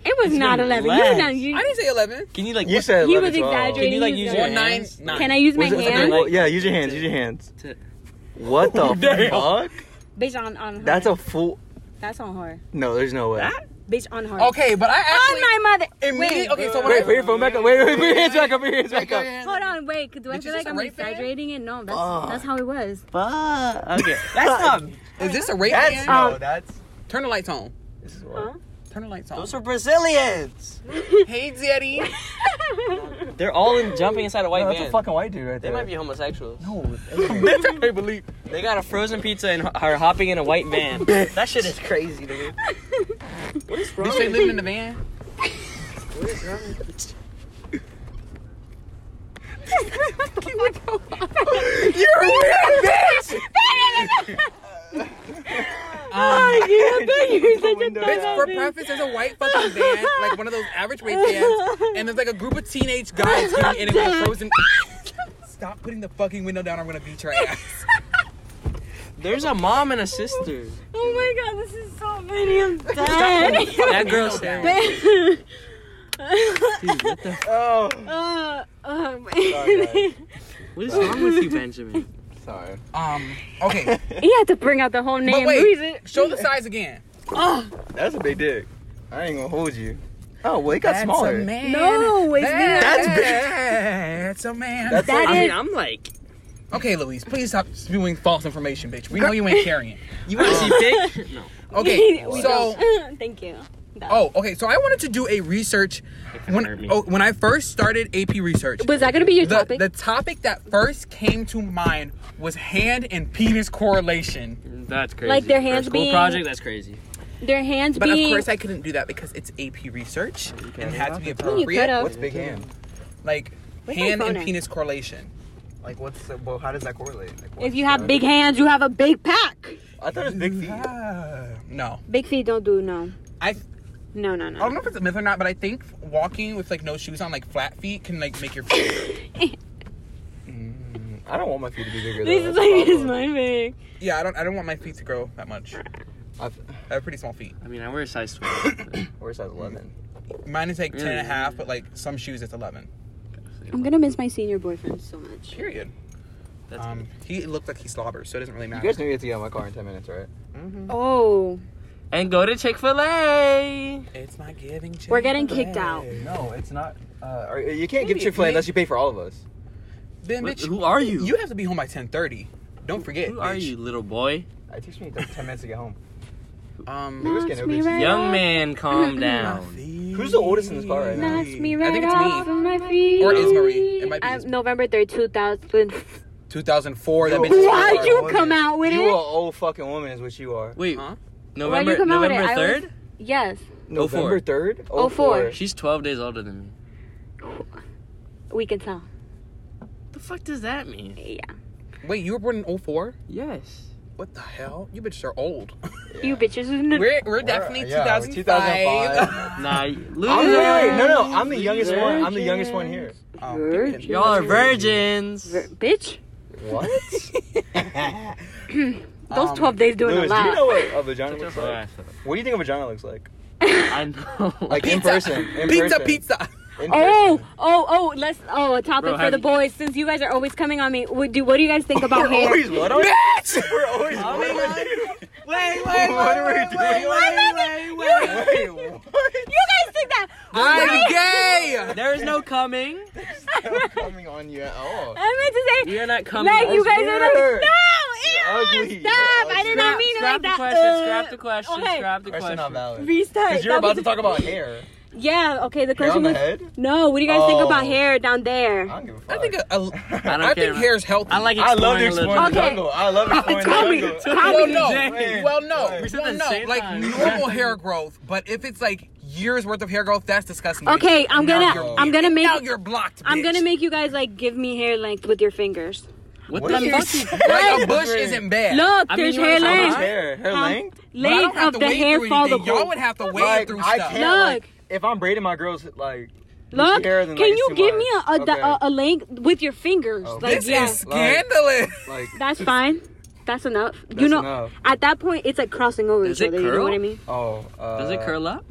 S3: It was not
S1: been
S3: eleven.
S1: less.
S3: You know,
S4: I
S3: you,
S4: didn't say 11.
S1: Can you like?
S2: You said
S3: He
S2: 11,
S3: was
S2: 12.
S1: Can
S3: exaggerating.
S1: you like use your
S4: Or
S3: Can
S4: nine-
S1: hands?
S4: nine.
S3: can I use my
S2: Was it- okay,
S3: hand?
S2: well, yeah, use your hands. Use your hands.
S1: To-
S2: What the
S1: Damn.
S2: fuck?
S3: Bitch, on on her.
S2: That's a full.
S3: That's on her.
S2: No, there's no way.
S1: That?
S3: Bitch, on her.
S4: Okay, but I actually
S3: On my mother.
S4: immediately.
S3: Oh, Wait.
S4: Okay, so when
S2: Wait,
S4: I-
S2: put your phone back up. Wait, wait, put your hands back up. Put your hands
S4: Back
S2: back
S4: your
S2: up.
S4: hands.
S3: Hold on, wait. 'cause Do I
S4: Did you
S3: feel like
S4: just
S3: I'm
S4: rape her?
S3: exaggerating it? No, that's, that's how it was.
S1: Fuck. Okay. That's not.
S4: Is this a rape
S2: That's uh,
S4: man?
S2: no. That's.
S4: Turn the lights on.
S2: This is
S3: Huh?
S2: what.
S4: Turn the lights on.
S1: Those are Brazilians.
S4: hey, Daddy.
S1: They're all in jumping inside a white
S2: No, that's
S1: van.
S2: a fucking white dude right
S1: they
S2: there.
S1: might be homosexuals.
S2: No,
S4: I can't believe.
S1: They got a frozen pizza and are hopping in a white van. that shit is crazy, dude. What is wrong?
S4: Bitch, they living in the van. You're a weird bitch.
S3: Oh,
S4: Um, bitch, for preface, there's a white fucking van, like one of those average rape vans, and there's like a group of teenage guys getting in it with a frozen. Stop putting the fucking window down. or I'm gonna beat your ass.
S1: There's a mom and a sister.
S3: Oh my god, this is so many. I'm dead.
S1: That girl said. Dude, what the?
S2: Oh.
S3: uh, uh,
S2: Sorry,
S1: What is wrong with you, Benjamin?
S2: Sorry.
S4: Um. Okay.
S3: you had to bring out the whole name.
S4: But wait.
S3: reason.
S4: Show the size again.
S2: That's a big dick. I ain't gonna hold you. Oh well, it got smaller.
S4: man.
S3: No, it's not.
S4: That's That's a man.
S2: That's
S3: That
S2: like,
S1: I
S3: is-
S1: mean, I'm like,
S4: okay, Louise. Please stop spewing false information, bitch. We know you ain't carrying.
S1: you want to see pig? No.
S4: Okay.
S3: We
S4: so.
S3: don't. thank you. That-
S4: Oh, okay. So I wanted to do a research
S1: hurt
S4: when
S1: me.
S4: oh, when I first started AP research.
S3: Was that gonna be your
S4: the,
S3: topic?
S4: the topic that first came to mind was hand and penis correlation.
S1: That's crazy.
S3: Like their
S1: For a
S3: hands
S1: school
S3: being-
S1: project. That's crazy.
S3: Their hands
S4: But
S3: being.
S4: of course, I couldn't do that because it's AP research and it had to be
S3: you could
S4: appropriate.
S3: have.
S2: what's big hand?
S4: Like
S3: Where's my
S4: hand and
S3: boner?
S4: penis correlation.
S2: Like what's? The, well, how does that correlate? Like,
S3: If you have big hands, you have a big pack.
S2: I thought it was big feet.
S4: Ah, no,
S3: Big feet don't do no.
S4: I
S3: No, no, no.
S4: I don't know if it's a myth or not, but I think walking with like no shoes on, like flat feet, can like make your feet.
S2: Mm, I don't want my feet to be bigger.
S3: this
S2: though.
S3: is
S2: That's
S3: like
S2: a
S3: his
S2: problem.
S3: mind big.
S4: yeah, I don't. I don't want my feet to grow that much. I have pretty small feet.
S1: I mean, I wear a size 12.
S2: I- We're size 11.
S4: Mine is like ten and a
S1: Mm.
S4: half, but like some shoes it's eleven.
S3: I'm gonna miss my senior boyfriend so much.
S4: Period.
S1: That's
S4: Um, he looked like he slobbers, so it doesn't really
S2: You
S4: matter.
S2: guys knew you had to get out of my car in 10 minutes, right?
S3: Oh,
S1: and go to Chick Fil A.
S4: It's not giving.
S3: We're getting kicked out.
S2: No, it's not. Uh, or- you can't
S4: Maybe
S2: get
S4: it
S2: Chick Fil A
S4: may-
S2: unless you pay for all of us.
S4: Then, bitch,
S1: Who are you?
S4: You have to be home by ten thirty. Don't forget.
S1: Who are
S4: bitch.
S1: you, little boy?
S2: It takes me like 10 minutes to get home.
S4: Um,
S2: Who's
S3: knocks
S2: getting
S3: me
S2: obese?
S3: right
S1: Young
S3: off-
S1: man, calm
S4: my
S1: down.
S4: feet.
S2: Who's the oldest in this car right now?
S3: Knocks me
S4: I
S3: right
S4: think
S3: off
S4: it's
S3: of
S4: me.
S3: my feet.
S4: Or is Marie. It might be
S3: I-
S4: his-
S3: November 3rd, 2000.
S4: 2004. That
S2: Yo.
S4: bitch. is
S3: Why'd
S4: slow.
S3: you come out with
S2: You
S3: it?
S2: are old fucking woman is what you are.
S1: Wait,
S4: Huh?
S1: November
S3: come out with it,
S1: November
S3: I was-
S1: third?
S3: Yes.
S2: November 3rd?
S3: Oh, four.
S1: She's 12 days older than me.
S3: We can tell.
S1: The fuck does that mean?
S3: Yeah.
S4: Wait, you were born in 04?
S1: Yes.
S4: What the hell? You bitches are old.
S3: You bitches. We're,
S4: we're we're definitely
S2: yeah, we're
S4: 2005.
S2: 2005.
S1: Nah,
S2: I'm the, wait, wait, no,
S1: losers.
S2: no, I'm the youngest one. I'm the youngest one here.
S4: Oh,
S3: Virgin.
S4: man.
S1: Y'all are virgins.
S3: bitch.
S2: What?
S3: Those
S4: Um,
S3: 12 days doing
S2: Louis,
S3: a
S2: do
S3: lot.
S2: you know what a vagina
S1: That's
S2: looks
S1: what
S2: like?
S1: I thought.
S2: What do you think a vagina looks like?
S1: I know.
S2: Like in
S4: Pizza.
S2: person. In
S4: Pizza,
S2: person.
S4: pizza.
S2: In
S3: Oh, oh, oh, let's, oh, a topic
S1: Bro,
S3: for
S1: have
S3: the
S1: you-
S3: boys. Since you guys are always coming on me, what do, what do you guys think about
S2: We're
S3: hair?
S2: always what are we?
S4: Bitch!
S2: We're always what are
S1: my
S2: we?
S4: Wait, wait,
S2: What are we
S1: Oh
S4: wait, wait, wait, wait.
S2: doing? Wait, what?
S3: You guys think that?
S4: I'm gay.
S1: There is no coming.
S2: Not coming on you at all.
S3: I meant to say,
S1: You're not coming.
S3: like, you
S2: That's
S3: guys are
S2: weird.
S3: like, no,
S2: You're
S3: ew,
S2: ugly.
S3: stop. I
S2: You're
S3: did
S1: Oh, Scrap,
S3: not mean it
S1: scrap
S3: like
S1: the
S3: that.
S1: question. Scrap
S3: Uh,
S1: the question.
S3: okay.
S1: Scrap the
S2: Question
S1: question.
S2: not valid.
S3: Restart.
S2: Because you're
S3: That
S2: about to
S3: was-
S2: talk about hair.
S3: Yeah, okay,
S2: Hair
S3: the question
S2: on the
S3: was.
S2: head?
S3: No, what do you guys think about
S2: Oh.
S3: hair down
S2: I
S3: there?
S2: don't give a fuck.
S4: I think a, a, I,
S1: don't care.
S4: think hair's healthy.
S1: I like
S2: I
S1: exploring
S2: love
S1: a
S2: to
S1: little
S2: explore the
S1: bit.
S3: Okay.
S2: jungle. I love exploring the
S3: Tommy,
S2: jungle.
S4: Well,
S3: Tommy.
S4: no.
S1: Jay.
S4: Well, no.
S2: We
S1: said
S4: Well,
S1: the
S4: no.
S1: same
S4: Like
S1: time.
S4: normal hair growth, but if it's like years worth of hair growth, that's disgusting. bitch.
S3: Okay, I'm
S4: Now
S3: gonna-
S4: you're
S3: I'm gonna
S4: weird.
S3: make-
S4: Now you're blocked.
S3: I'm
S4: bitch.
S3: gonna make you guys like give me hair length with your fingers.
S1: What,
S2: What
S1: the
S2: are you
S1: fuck?
S4: Like a bush isn't bad.
S3: Look,
S1: I mean,
S3: there's
S1: you wanna
S3: hair
S1: talk about
S2: How much
S3: length.
S2: hair? Hair
S3: Huh?
S2: length?
S4: But I don't
S3: Length
S4: have
S3: of
S4: to
S3: the
S4: wade
S3: hair
S4: through anything.
S3: follicle.
S4: Y'all would have to wade
S2: Like,
S4: through
S2: I
S4: stuff.
S2: can't. Like, if I'm braiding my girls, like.
S3: Look,
S2: hair, then,
S3: can
S2: like, it's
S3: you
S2: too
S3: give
S2: much.
S3: me a a,
S2: Okay. Oh.
S3: a, a length with your fingers?
S2: Okay.
S3: Like,
S4: This
S3: yeah.
S4: is scandalous.
S2: Like,
S3: That's fine. That's enough. you
S2: That's
S3: know,
S2: enough.
S3: at that point, it's like crossing over
S1: Does
S3: each
S1: it
S3: other. You know
S1: curl?
S3: what I mean?
S2: oh. Uh,
S1: Does it curl up?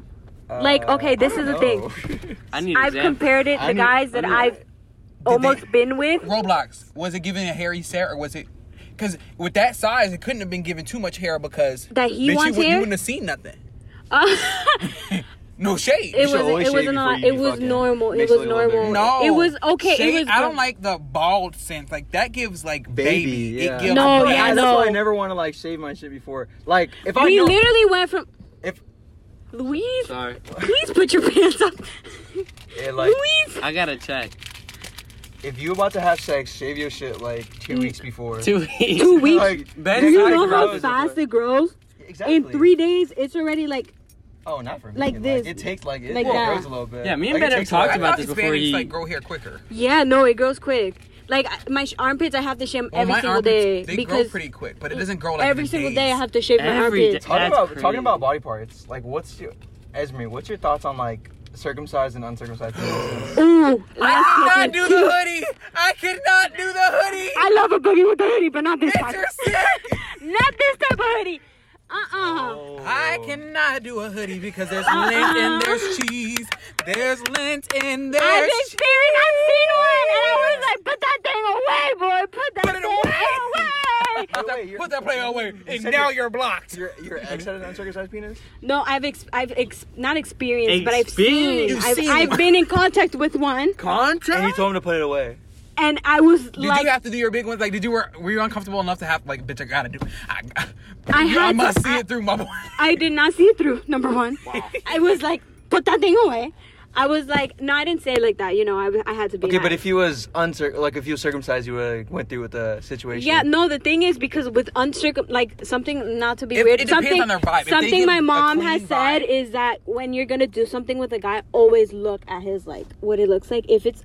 S2: uh,
S3: Like, okay,
S2: I
S3: this
S2: don't
S3: is the
S2: know.
S1: I need.
S3: I've
S1: example.
S3: compared it. The
S2: I need-
S3: guys
S2: I
S3: that
S2: need-
S3: I've almost been with.
S4: Roblox was it giving a hairy hair or was it? Because with that size, it couldn't have been given too much hair because
S3: That he
S4: bitch, you,
S3: wants
S4: would- you
S3: hair?
S4: wouldn't have seen nothing. No shade.
S3: it
S2: should
S3: wasn't.
S2: always
S3: It
S2: shave
S3: was not.
S2: before
S3: It
S2: you
S3: was
S2: fucking
S3: normal. It
S2: mix it
S3: was
S2: with
S3: normal.
S4: no,
S3: It was okay.
S4: Shade,
S3: it was.
S4: I don't like the bald sense. Like that gives like
S2: baby.
S4: baby.
S2: yeah.
S4: It gives
S3: No,
S2: That's
S3: yeah,
S2: why-
S3: I
S2: that's
S3: know.
S2: why I never want to like shave my shit before. Like if I
S3: uh, We
S2: know-
S3: literally went from.
S2: if
S3: Louise,
S1: Sorry,
S3: please put your pants up.
S2: eh, like
S3: Louise,
S1: I gotta check.
S2: if you about to have sex, shave your shit like two weeks before.
S1: Two weeks.
S3: two weeks.
S2: Like
S1: Ben,
S3: Do
S2: next
S3: you
S2: time
S3: know
S2: it
S3: how
S2: grows,
S3: fast it grows?
S2: Exactly.
S3: In three days, it's already like
S2: Oh, not for me.
S3: Like this.
S2: it takes like it
S3: Like
S2: it
S3: that.
S2: grows a little bit.
S1: Yeah, me and
S2: Like,
S1: Ben
S2: it
S1: have
S2: takes
S1: talked
S2: a
S4: I
S2: while.
S1: about-
S4: thought
S1: this before
S4: Hispanics
S1: you-
S4: like grow hair quicker.
S3: yeah, no, it grows quick. Like I- my sh- armpits, I have to shave 'em
S4: Well,
S3: every
S4: my
S3: single
S4: armpits,
S3: day
S4: they grow
S3: because
S4: pretty quick, but it doesn't grow like
S3: every
S4: the
S3: single
S4: days.
S3: day I have to shave my
S1: Every
S3: armpits.
S1: day.
S2: Talking
S1: That's
S2: about
S1: crazy.
S2: talking about body parts. Like, what's your Esme? What's your thoughts on like circumcised and uncircumcised? penises?
S3: Ooh,
S4: I
S3: last
S4: could not
S3: fucking-
S4: do the hoodie. I could not do the hoodie.
S3: I love a boogie with a hoodie, but not this
S4: Bitch,
S3: type.
S4: you're sick.
S3: not this type of hoodie. Uh uh
S4: Oh. I cannot do a hoodie because there's lint
S3: Uh-uh.
S4: and there's cheese. There's lint and
S3: I've
S4: there's cheese.
S3: experienced. I've seen one, and I was like, "Put that thing away, boy. Put that
S4: Put it
S3: thing away."
S2: By the way, your-
S4: Put that player away, and
S2: said
S4: now
S2: your-
S4: you're blocked.
S2: Your your ex had an uncircumcised penis.
S3: No, I've ex- I've ex- not experienced, but I've
S1: Experienced.
S3: seen.
S4: You've
S3: I've,
S4: seen
S3: I've
S4: one.
S3: been in contact with one,
S4: Contract.
S2: And you told him to put it away.
S3: and I was
S4: Did
S3: like,
S4: you have to do your big ones? Like, did you were, were you uncomfortable enough to have like, bitch, I gotta do. I,
S3: I had to-
S4: must see
S3: I-
S4: it through my. boy.
S3: I did not see it through. Number one, I was like, "Put that thing away." I was like, "No, I didn't say it like that." You know, I, I had to be.
S2: Okay, but
S3: nice.
S2: if he was uncir like if you was circumcised, you would have went through with the situation.
S3: Yeah, no. The thing is, because with uncircum, like something not to be
S4: It-
S3: weird,
S4: it depends
S3: something,
S4: on their vibe. If they
S3: something
S4: give
S3: my
S4: a
S3: mom
S4: clean
S3: has
S4: vibe-
S3: said is that when you're gonna do something with a guy, always look at his like what it looks like. If it's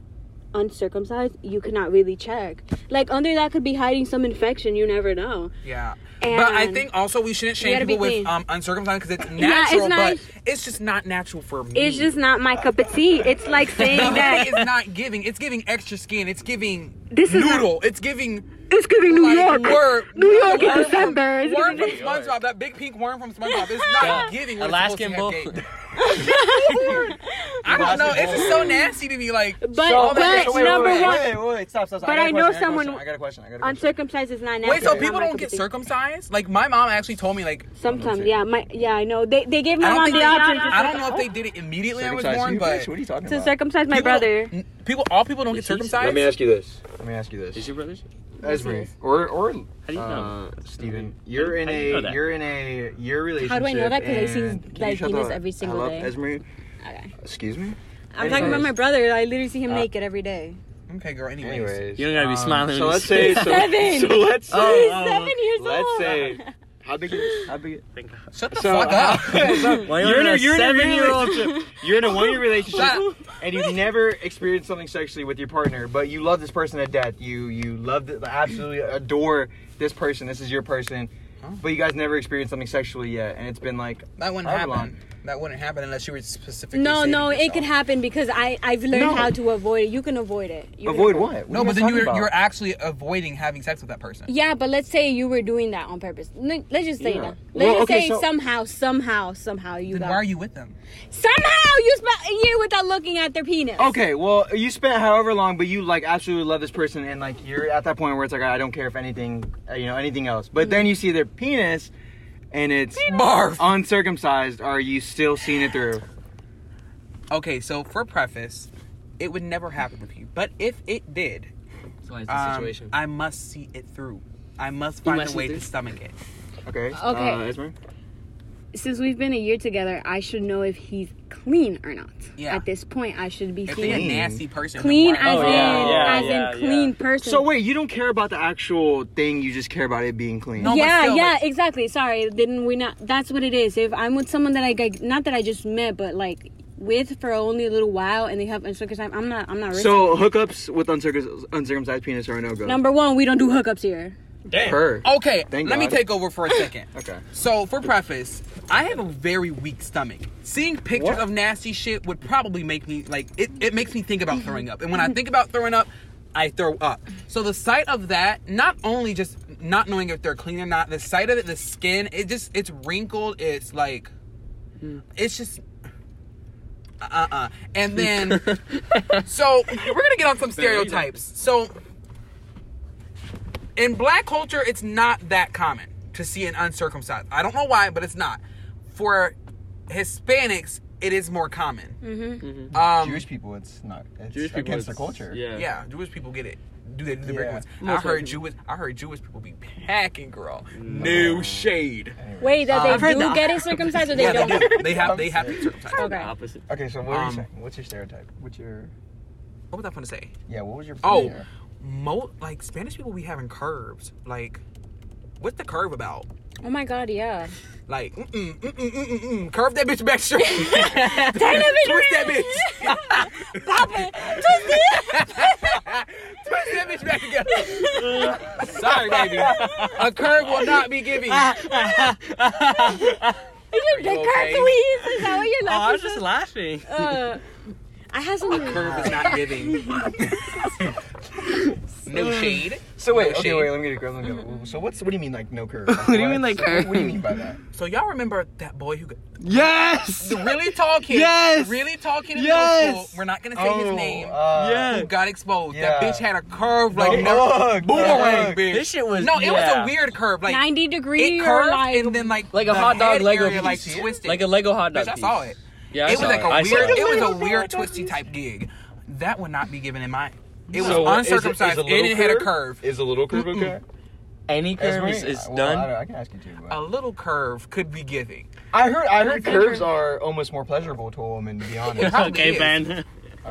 S3: uncircumcised, you cannot really check. Like under that could be hiding some infection. You never know.
S4: Yeah. but I
S3: And-
S4: think also we shouldn't
S3: You
S4: shame
S3: gotta be
S4: people with
S3: clean.
S4: um, uncircumcised because it's
S3: Yeah, it's
S4: natural,
S3: not-
S4: but it's just not natural for me.
S3: It's just not my cup of tea. It's like saying that
S4: it's not giving. It's giving extra skin. It's giving
S3: This is not-
S4: noodle. it's giving
S3: it's giving New
S4: like
S3: York,
S4: worm.
S3: New
S4: worm
S3: York in
S4: from-
S3: December. It's
S4: Worm from
S3: giving-
S4: SpongeBob. That big pink worm from SpongeBob. It's not giving. What
S1: Alaskan
S4: it's
S1: bull.
S4: supposed to have gave. I don't know. It's just so nasty to me. Like
S3: But,
S2: So,
S3: but
S2: so wait, wait,
S3: number
S2: wait,
S3: one,
S2: Wait, wait, wait, stop, stop, stop.
S3: But
S2: got a
S3: I
S2: question,
S3: know
S2: got a
S3: someone-
S2: question, I got a question. I got a question.
S3: uncircumcised is not natural.
S4: wait, so
S3: It's not
S4: people
S3: my
S4: don't
S3: cup of
S4: get
S3: tea.
S4: circumcised? Like my mom actually told me. Like
S3: Sometimes, yeah, my yeah, I know. They they gave my
S4: I don't
S3: mom
S4: think
S3: the
S4: they-
S3: option. to
S4: I don't know if they did it immediately. I was
S2: Circumcised
S4: born,
S2: you,
S4: but
S2: bitch, what are you talking
S3: to
S2: about?
S3: circumcise my
S4: people
S3: brother.
S4: don't- n- People, all people don't get circumcised.
S2: Let me ask you this. Let me ask you this.
S1: Is your brother's?
S2: Esme or or
S1: do you know?
S2: uh, Steven, you're in
S1: how do you know
S2: a
S1: that?
S2: you're in a your relationship.
S3: How do I know that? 'Cause I see his,
S2: and- Can you
S3: like,
S2: shut the
S3: penis every single
S2: hell up,
S3: day.
S2: Esme,
S3: Okay.
S2: excuse me.
S3: I'm talking about my brother. I literally
S2: Uh,
S3: see him naked every day.
S4: Okay, girl. Anyways.
S2: Anyways, um,
S1: You Oh, don't gotta be smiling.
S2: So let's say so, so let's say
S3: He's seven years
S2: let's
S3: old.
S2: say how big how big
S4: Shut the
S2: so, uh,
S4: fuck up.
S2: so you're in a you're in a
S1: seven-year-old-
S2: relationship. You're in a one year relationship,
S4: Shut up.
S2: and you've never experienced something sexually with your partner, but you love this person to death. You you love th- absolutely adore this person. This is your person. But you guys never experienced something sexually yet, and it's been like
S4: That wouldn't
S2: however
S4: happen.
S2: long.
S4: That wouldn't happen unless you were specifically.
S3: No,
S4: saving
S3: no, it
S4: yourself.
S3: could happen because I I've learned
S2: No.
S3: how to avoid it. You can avoid it. You can
S2: Avoid what? What
S4: No,
S2: are
S4: but
S2: guys
S4: then you're
S2: talking
S4: you're
S2: about?
S4: actually avoiding having sex with that person.
S3: Yeah, but let's say you were doing that on purpose. N- Let's just say
S2: Yeah.
S3: that. Let's
S2: Well,
S3: just
S2: okay,
S3: say
S2: so-
S3: somehow, somehow, somehow you
S4: Then
S3: got
S4: why are you with them?
S3: somehow you spent a year without looking at their penis.
S2: Okay, well, you spent however long, but you like absolutely love this person, and like you're at that point where it's like I don't care if anything, uh, you know, anything else. But then you see their penis, and it's
S4: Barf.
S2: uncircumcised. Are you still seeing it through?
S4: Okay, so for preface, it would never happen with you. But if it did, um, I must see it through. I must find a
S1: must see
S4: way
S1: through?
S4: to stomach it.
S2: Okay.
S3: Okay.
S2: Uh, Esmer?
S3: Since we've been a year together, I should know if he's clean or not.
S4: Yeah.
S3: At this point, I should be
S4: If
S3: seeing
S4: they're a
S2: Clean.
S4: nasty person,
S3: clean
S4: then why-
S3: as
S1: Oh,
S3: in
S1: yeah, yeah,
S3: as
S1: yeah,
S3: in clean
S1: yeah.
S3: person.
S2: So wait, you don't care about the actual thing; you just care about it being clean.
S4: No. but
S3: yeah,
S4: still,
S3: yeah,
S4: like-
S3: exactly. Sorry, didn't we not? That's what it is. If I'm with someone that I like, not that I just met, but like with for only a little while, and they have uncircumcised, I'm not, I'm not. risking
S2: So
S3: it.
S2: hookups with uncircumcised, uncircumcised penis are a no go.
S3: number one, we don't do hookups here.
S2: Per.
S4: Okay,
S2: Thank
S4: let me
S2: God.
S4: take over for a second.
S2: Okay.
S4: So for preface, I have a very weak stomach. Seeing pictures
S2: What?
S4: of nasty shit would probably make me like it, it makes me think about throwing up. And when I think about throwing up, I throw up. So the sight of that, not only just not knowing if they're clean or not, the sight of it, the skin, it just it's wrinkled, it's like
S2: Hmm.
S4: it's just uh uh. And then so we're gonna get on some stereotypes. So in black culture, it's not that common to see an uncircumcised. I don't know why, but it's not. For Hispanics, it is more common.
S3: Mm-hmm.
S4: Um,
S2: Jewish people, it's not. It's
S1: Jewish people
S2: against
S1: is-
S2: the culture.
S1: Yeah.
S4: Yeah, Jewish people get it. Do they do the
S2: Yeah.
S4: regular ones? I
S1: Most
S4: heard
S1: of
S4: Jewish. I heard Jewish people be packing, girl. No, shade.
S2: Anyways.
S3: Wait, that
S4: Uh, I've
S3: they
S1: heard
S3: do
S1: that.
S3: get it circumcised or they
S4: yeah,
S3: don't?
S4: they do. They have. They
S2: I'm
S4: have
S2: sorry.
S4: to circumcise.
S1: The
S3: Okay.
S1: opposite.
S2: Okay, so what are
S4: Um,
S2: you saying? What's your stereotype? What's your?
S4: What was I going to say?
S2: Yeah, what was your?
S4: Oh,
S2: yeah.
S4: mo like Spanish people be having curves. Like, what's the curve about?
S3: Oh my god, yeah.
S4: Like, mm-mm, mm-mm, mm-mm, mm. curve that bitch back straight. Turn Twist that bitch.
S3: bitch. Pop it. Twist it.
S4: Twist that bitch back together. Sorry, baby. A curve will not be giving.
S3: Is your dick hurt,
S4: okay?
S3: please? Is that what you're
S1: Oh, I was
S3: laughing
S1: just laughing.
S3: at? Uh, I have something.
S4: curve is not giving. no shade.
S2: So wait,
S4: No
S2: okay,
S4: shade.
S2: wait. Let me get a grab. Let me go. So what's? What do you mean like no curve?
S1: do you mean, like, curve?
S2: What do you mean by that?
S4: So y'all remember that boy who got
S1: Yes.
S4: the really tall kid?
S1: Yes!
S4: Really tall kid in
S1: Yes!
S4: middle school. We're not gonna say his name.
S2: uh,
S4: who got exposed? That
S2: Yeah.
S4: bitch had a curve like
S2: Like,
S4: no
S2: look,
S4: boomerang,
S2: look.
S4: bitch.
S1: This shit was-
S4: no, it
S1: yeah.
S4: was a weird curve. Like
S3: 90
S4: it
S3: degree or
S4: curved
S3: like.
S4: and then like
S1: Like a
S4: the
S1: hot dog
S4: head
S1: Lego
S4: area,
S1: piece.
S4: like
S2: Did you see it?
S4: twisted.
S1: Like a Lego hot dog.
S4: bitch, I
S1: piece.
S4: saw it.
S1: Yeah,
S4: it
S1: I
S4: was
S1: saw
S4: like a
S1: I saw
S4: weird.
S1: it.
S4: It was
S2: Lego
S4: a
S2: hot
S4: weird
S2: dog
S4: twisty type gig. That would not be given in my. It was
S5: So, is it- is
S4: uncircumcised.
S5: a
S4: It,
S5: little
S4: didn't had a curve.
S5: Is a little curve okay?
S1: Any curve is,
S2: Esmeralda,
S1: is
S2: well, I,
S1: done.
S2: don't- I can ask you too.
S4: A
S2: But.
S4: little curve could be giving.
S2: I heard. I heard
S3: Sandra.
S2: curves are almost more pleasurable to a woman. To be honest,
S4: probably
S1: okay,
S4: is.
S1: Ben.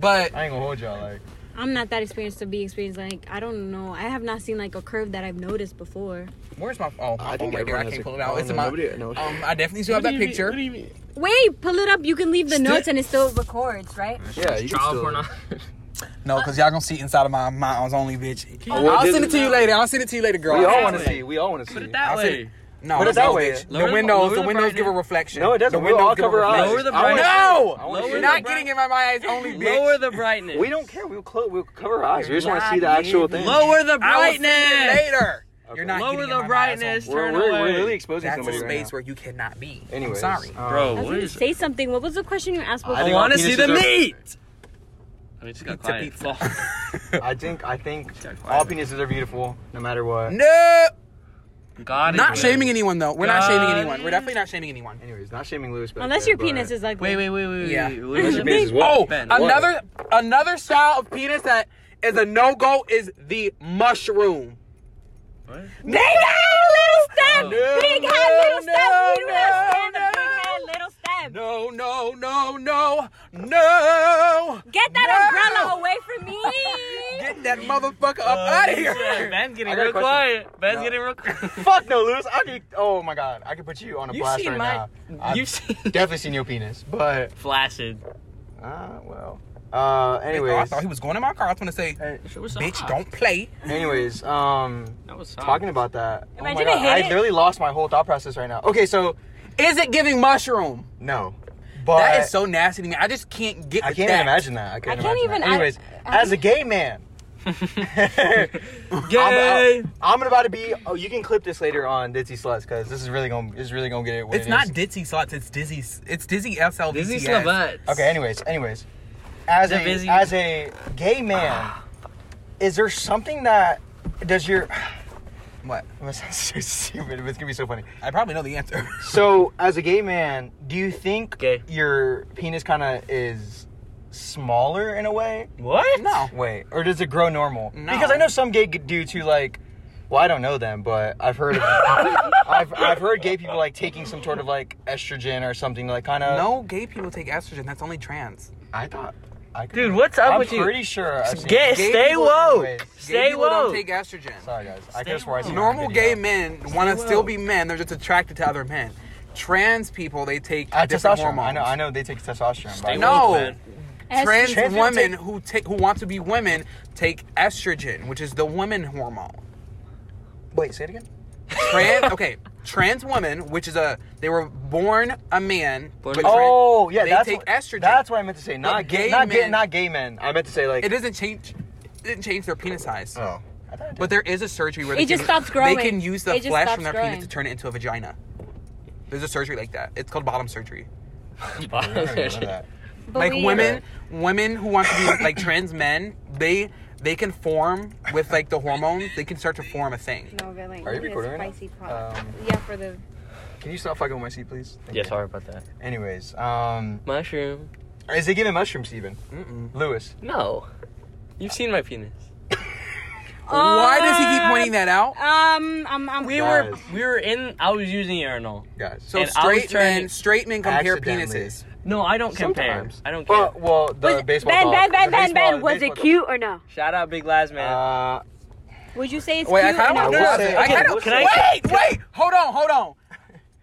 S4: But
S2: I ain't gonna hold y'all. Like,
S3: I'm not that experienced to be experienced. Like, I don't know. I have not seen like a curve that I've noticed before.
S4: where's my phone? Oh, my
S2: I
S4: phone
S2: think
S4: right there. I
S2: everyone has
S4: can't
S2: a-
S4: pull it
S2: I
S4: out.
S2: don't
S4: It's in
S2: know,
S4: my.
S2: nobody- no.
S4: Um, I definitely still have that picture.
S3: Wait, pull it up. You can leave the
S4: Still-
S3: notes and it still records, right?
S2: yeah, you
S1: Child
S2: still.
S1: porno.
S4: No, because y'all gonna see inside of my my eyes only bitch.
S2: Oh, well,
S4: I'll
S2: this
S4: send it
S2: is-
S4: to you later. I'll send it to you later, girl.
S2: We all
S1: That
S2: want to
S1: way.
S2: see. We all want to see.
S1: Put it that
S4: I'll say-
S1: way.
S4: No,
S2: Put it that
S4: no,
S2: way.
S4: bitch.
S1: Lower
S4: the
S1: the-
S4: windows,
S1: lower
S4: the
S1: the
S4: windows give a
S1: brightness.
S4: reflection.
S2: No, it doesn't.
S4: The
S2: We'll
S4: windows
S2: all
S4: give a
S2: cover our
S4: reflection.
S2: eyes.
S1: Lower the
S2: I want-
S1: brightness.
S4: No,
S2: I want-
S1: Lower
S4: you're
S1: the
S4: not
S1: bright-
S4: getting in my eyes only, bitch.
S1: Lower the brightness.
S2: We don't care. We'll close. We'll cover our eyes. We just
S4: You're
S2: want to see the
S4: not
S2: actual
S4: getting
S2: thing.
S1: Lower the
S4: I will see you
S1: brightness.
S4: later.
S2: Okay.
S4: You're not
S1: Lower
S4: getting in
S1: the
S4: my eyes
S1: brightness.
S4: only.
S1: Turn
S2: We're, we're,
S1: away.
S2: we're really exposing
S4: That's a
S2: somebody right
S4: space
S2: now.
S4: where you cannot be.
S2: Anyways,
S4: I'm sorry.
S2: um,
S1: Bro,
S3: I was
S1: what
S3: gonna
S1: is?
S3: say something. What was the question you asked
S1: I
S3: before?
S1: want to
S2: Penises
S1: see the
S2: are-
S1: meat. I mean, just got
S4: Pizza,
S1: quiet.
S4: pizza.
S2: I think I think
S1: Got quiet.
S2: all penises are beautiful, no matter
S4: Mm.
S2: what.
S4: no,
S1: God, is
S4: not
S1: good.
S4: shaming anyone though. We're not shaming
S1: God.
S4: anyone. We're definitely not shaming anyone.
S2: Anyways, not shaming Lewis, but
S3: Unless your penis is like.
S1: Wait, wait, wait, wait, wait.
S4: Yeah.
S1: wait.
S3: Unless your penis
S5: is what?
S4: Oh,
S1: Ben, what?
S4: another another style of penis that is a no go is the mushroom.
S1: What?
S3: Big head, little step.
S4: No,
S3: big
S4: no,
S3: head, little
S4: no,
S3: step. You understand
S4: no,
S3: the big head, little step.
S4: No, no, no, no, no.
S3: Get that
S4: No.
S3: umbrella away from me.
S4: Get that motherfucker up out of here.
S1: Ben's getting
S2: I got a
S1: real
S2: question.
S1: quiet. Ben's
S2: No.
S1: getting real quiet.
S2: Oh, Fuck no, Lewis. I could. Oh my god, I could put you on a
S1: You've
S2: blast
S1: seen
S2: right
S1: my-
S2: now. I've
S1: You've seen
S2: definitely seen your penis, but
S1: flaccid.
S2: uh, well. Uh,
S4: I
S2: anyways,
S4: thought he was going in my car. I was gonna say,
S2: Hey,
S1: Shit was so
S4: bitch,
S1: hot.
S4: don't play.
S2: anyways, um,
S1: That was soft.
S2: talking about that. Oh my
S3: Imagine
S2: god,
S3: it hit
S2: I
S3: it.
S2: literally lost my whole thought process right now. Okay, so
S4: Is it giving mushroom?
S2: no, but
S4: that is so nasty to me. I just can't get.
S2: I
S4: with
S2: can't
S4: that.
S2: imagine that. I, couldn't
S3: I can't
S2: imagine that.
S3: even- I-
S2: Anyways,
S3: I-
S2: as a gay man,
S1: Gay.
S2: I'm, I'm about to be. Oh, you can clip this later on Ditzy Sluts because this is really gonna is really gonna get it. What
S4: It's
S2: it
S4: not
S2: is.
S4: Dizzy Slots. It's Dizzy. It's Dizzy SLVCS.
S1: Disney Slovets.
S2: Okay. Anyways, anyways, as
S1: The
S2: a
S1: busy-
S2: as a gay man, is there something that does your? I'm
S4: What?
S2: gonna sound so stupid, but it's gonna be so funny.
S4: I probably know the answer.
S2: So, as a gay man, do you think
S1: Gay.
S2: your penis kind of is smaller in a way?
S1: What?
S4: no.
S2: Wait, or does it grow normal?
S4: No.
S2: Because I know some gay dudes who like. Well, I don't know them, but I've heard of I've, I've heard gay people like taking some sort of like estrogen or something like kind of.
S4: No gay people take estrogen. That's only trans.
S2: I thought. I could
S1: Dude, what's up
S2: I'm
S1: with you?
S2: pretty sure. I've seen-
S1: Gay,
S4: Gay
S1: stay
S4: people-
S1: woke.
S2: Anyways,
S4: gay
S1: Stay
S4: people don't
S1: woke.
S4: take estrogen.
S2: Sorry guys, I
S1: Stay
S2: could have sworn I seen
S4: Normal
S2: that
S4: gay
S2: video.
S4: men want to
S1: woke.
S4: still be men. They're just attracted to other men. Trans people, they take
S2: Uh,
S4: different
S2: testosterone.
S4: hormones.
S2: I know. I know they take testosterone.
S1: Stay woke.
S2: but-
S4: No.
S1: Man.
S4: Trans,
S2: Trans people
S4: women
S2: take-
S4: who take who want to be women take estrogen, which is the women hormone.
S2: Wait, say it again.
S4: Trans okay, trans women, which is a they were born a man.
S1: Born
S4: but
S1: a man.
S4: trans-
S2: Oh yeah,
S4: they
S2: that's
S4: take
S2: what,
S4: estrogen.
S2: That's what I meant to say. Not
S4: But
S2: gay.
S4: gay
S2: Not gay.
S4: men-
S2: Not gay men. I meant to say like.
S4: it doesn't change. It didn't change their penis size.
S2: Oh. I thought it
S4: But
S2: did.
S4: there is a surgery where
S3: It
S4: they
S3: just
S4: can,
S3: stops growing.
S4: They can use the
S3: It just
S4: flesh
S3: stops
S4: from their
S3: growing.
S4: penis to turn it into a vagina. There's a surgery like that. It's called bottom surgery.
S2: I don't even know that.
S3: But
S4: like
S3: we-
S4: women, women who want to be like trans men, they they can form with like the hormones. They can start to form a thing.
S3: No, but like
S2: Are you
S3: it's
S2: recording right now?
S3: spicy pot.
S2: Um,
S3: yeah, for the
S2: Can you stop fucking with my seat, please? Thank
S5: Yeah,
S2: you.
S5: sorry about that.
S2: Anyways, um,
S1: Mushroom.
S2: is it giving mushrooms, Steven?
S4: Mm-mm.
S2: Lewis.
S1: No. You've seen my penis.
S4: Why does he
S3: Uh,
S4: keep pointing that out?
S3: Um, I'm, I'm.
S1: We were
S2: Guys.
S1: we were in I was using urinal.
S2: Guys.
S4: So
S1: And I was
S4: straight
S1: trying-
S4: men, straight men compare
S2: Accidentally.
S4: penises.
S1: No, I don't compare.
S2: Sometimes.
S1: I don't care.
S2: Well, well, the
S4: uh,
S3: was,
S2: baseball.
S3: ben,
S2: ball-
S3: ben, Ben,
S2: the
S3: Ben,
S2: baseball-
S3: Ben,
S2: the
S3: was it
S2: baseball-
S3: cute or no?
S1: Shout out Big Laz man.
S2: Uh,
S3: Would you say it's
S4: Wait, I
S3: cute?
S4: kind of
S3: or
S4: want
S2: will
S4: to
S3: no?
S4: know.
S2: say-
S4: I
S2: okay,
S4: kinda,
S1: can I-
S4: wait, wait, hold on, hold on.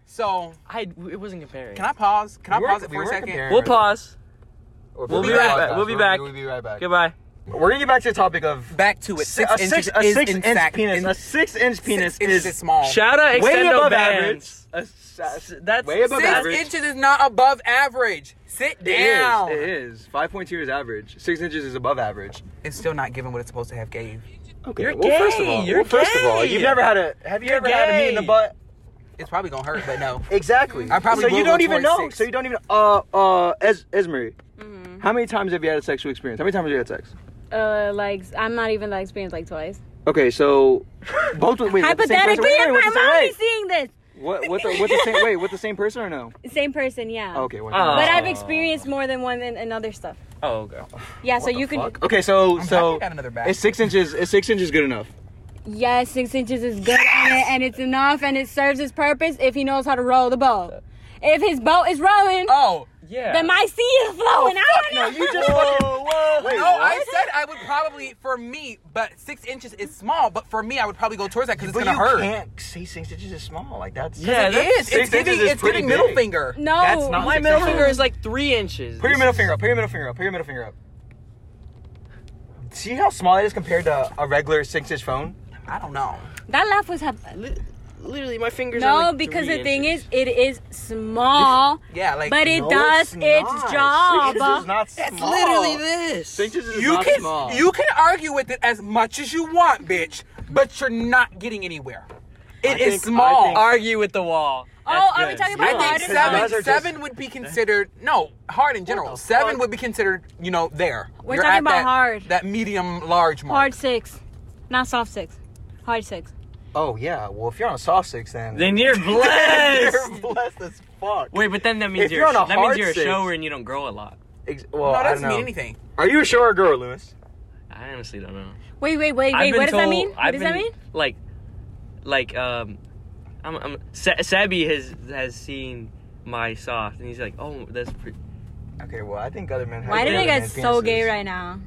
S4: So,
S1: I it wasn't comparing.
S4: can I pause? Can I
S2: we were-
S4: pause it
S2: we
S4: for a
S2: were
S4: second?
S2: comparing
S1: We'll
S2: right
S1: pause.
S2: there. Or
S1: We'll
S2: for
S1: be
S2: the
S1: right
S2: podcast,
S1: back. We'll be
S2: we'll
S1: back.
S2: We'll be right back.
S1: Goodbye.
S2: We're gonna get back to the topic of
S4: Back to it. Six
S2: a
S4: inches
S2: six, a
S4: is
S2: six
S4: in
S2: inch
S4: fact-
S2: penis.
S4: is-
S2: a six inch penis
S4: six inches
S2: is
S4: is small.
S1: Shout out
S2: Way
S1: Extendo
S2: above
S1: Bands. S- That's
S2: Way above
S4: Six
S2: average.
S4: inches is not above average. Sit
S2: It is.
S4: down.
S2: It is. Five point two is average. Six inches is above average.
S4: It's still not giving what it's supposed to have gave.
S2: Okay.
S1: You're
S2: well, first of
S1: gay.
S2: all,
S1: You're
S2: well, first of all,
S1: gay.
S2: you've never had a. Have you ever had a meat in the
S1: gay.
S2: butt?
S4: It's probably gonna hurt, but no.
S2: Exactly.
S4: I probably
S2: so you
S4: will
S2: don't
S4: go
S2: even
S4: towards
S2: know.
S4: six.
S2: So you don't even. Uh, uh, Es- Esmery, how many times have you had a sexual experience? How many times have you had sex?
S3: Uh, like I'm not even that experienced, like twice.
S2: Okay, so both. Wait, with the same person-
S3: Hypothetically,
S2: wait, wait,
S3: if
S2: with
S3: my
S2: the same-
S3: mom
S2: wait.
S3: is seeing this,
S2: What? With the, with the same? Wait, with the same person or no?
S3: same person, yeah.
S2: Okay. What,
S1: Oh.
S3: But I've
S1: Aw.
S3: experienced more than one and, and other stuff.
S1: Oh, okay.
S3: Yeah, so you can.
S2: Fuck. Okay, so
S4: I'm happy
S2: so
S4: you got another back.
S2: it's six inches. It's six inches good enough.
S3: Yeah, six inches is good and, it, and it's enough and it serves its purpose if he knows how to roll the boat. If his boat is rolling,
S4: Oh,
S1: Yeah.
S3: then my sea
S2: Oh,
S3: is flowing. I don't know.
S2: whoa, whoa. Wait,
S4: no,
S2: what?
S4: I said I would probably for me, but six inches is small. But for me, I would probably go towards that because it's
S2: But
S4: gonna
S2: you
S4: hurt.
S2: can't say six inches is small. Like that's
S1: Yeah,
S4: It is.
S2: Six
S4: It's giving.
S2: inches is
S4: It's giving
S2: pretty
S4: middle
S2: big.
S4: finger.
S3: no.
S1: That's not my
S2: six
S1: middle
S2: inches.
S1: finger is like three inches.
S2: Put your middle finger up. Put your middle finger up. Put your middle finger up. See how small it is compared to a regular six-inch phone?
S4: I don't know.
S3: That laugh was happening.
S1: Li- Literally, my fingers.
S3: No,
S1: are like
S3: because
S1: three
S3: the thing
S1: inches.
S3: is, it is small,
S4: Yeah, like
S3: but it
S2: No,
S3: does its,
S2: not.
S3: job.
S2: Six inches is not small.
S4: It's literally this.
S2: Six inches is
S4: you
S2: not
S4: can
S2: small.
S4: you can argue with it as much as you want, bitch, but you're not getting anywhere. It is
S2: I think- I
S4: small.
S2: think-
S1: argue with the wall.
S3: oh,
S1: That's
S3: are we
S1: good.
S3: talking
S1: I
S3: about
S1: think
S3: hard or
S4: think
S3: not?
S2: seven-
S4: seven
S2: Those are just-
S4: seven would be considered no hard in general. Seven would be considered you know there.
S3: We're
S4: You're
S3: talking
S4: at
S3: about
S4: that,
S3: hard.
S4: That medium large mark.
S3: Hard six, not soft six. Hard six.
S2: Oh yeah. Well, if you're on a soft six, then
S1: Then you're blessed.
S2: you're blessed as fuck.
S1: Wait, but then that means
S2: If
S1: you're,
S2: you're on a
S1: a, that means
S2: hard
S1: you're a
S2: six-
S1: shower and you don't grow a lot.
S2: Ex-
S4: no,
S2: well,
S4: that
S2: I don't
S4: doesn't mean
S2: know.
S4: anything.
S2: Are you a short girl, Lewis?
S1: I honestly don't know.
S3: Wait, wait, wait, wait.
S1: I've been
S3: What does that
S1: told-
S3: mean? What
S1: I've
S3: does
S1: been,
S3: that mean?
S1: Like, like um, I'm, I'm Sa- Sabi has has seen my soft and he's like, oh, that's pretty.
S2: Okay. Well, I think other men. Have
S3: Why do
S2: other
S3: they get
S2: men's
S3: so
S2: penises.
S3: gay right now?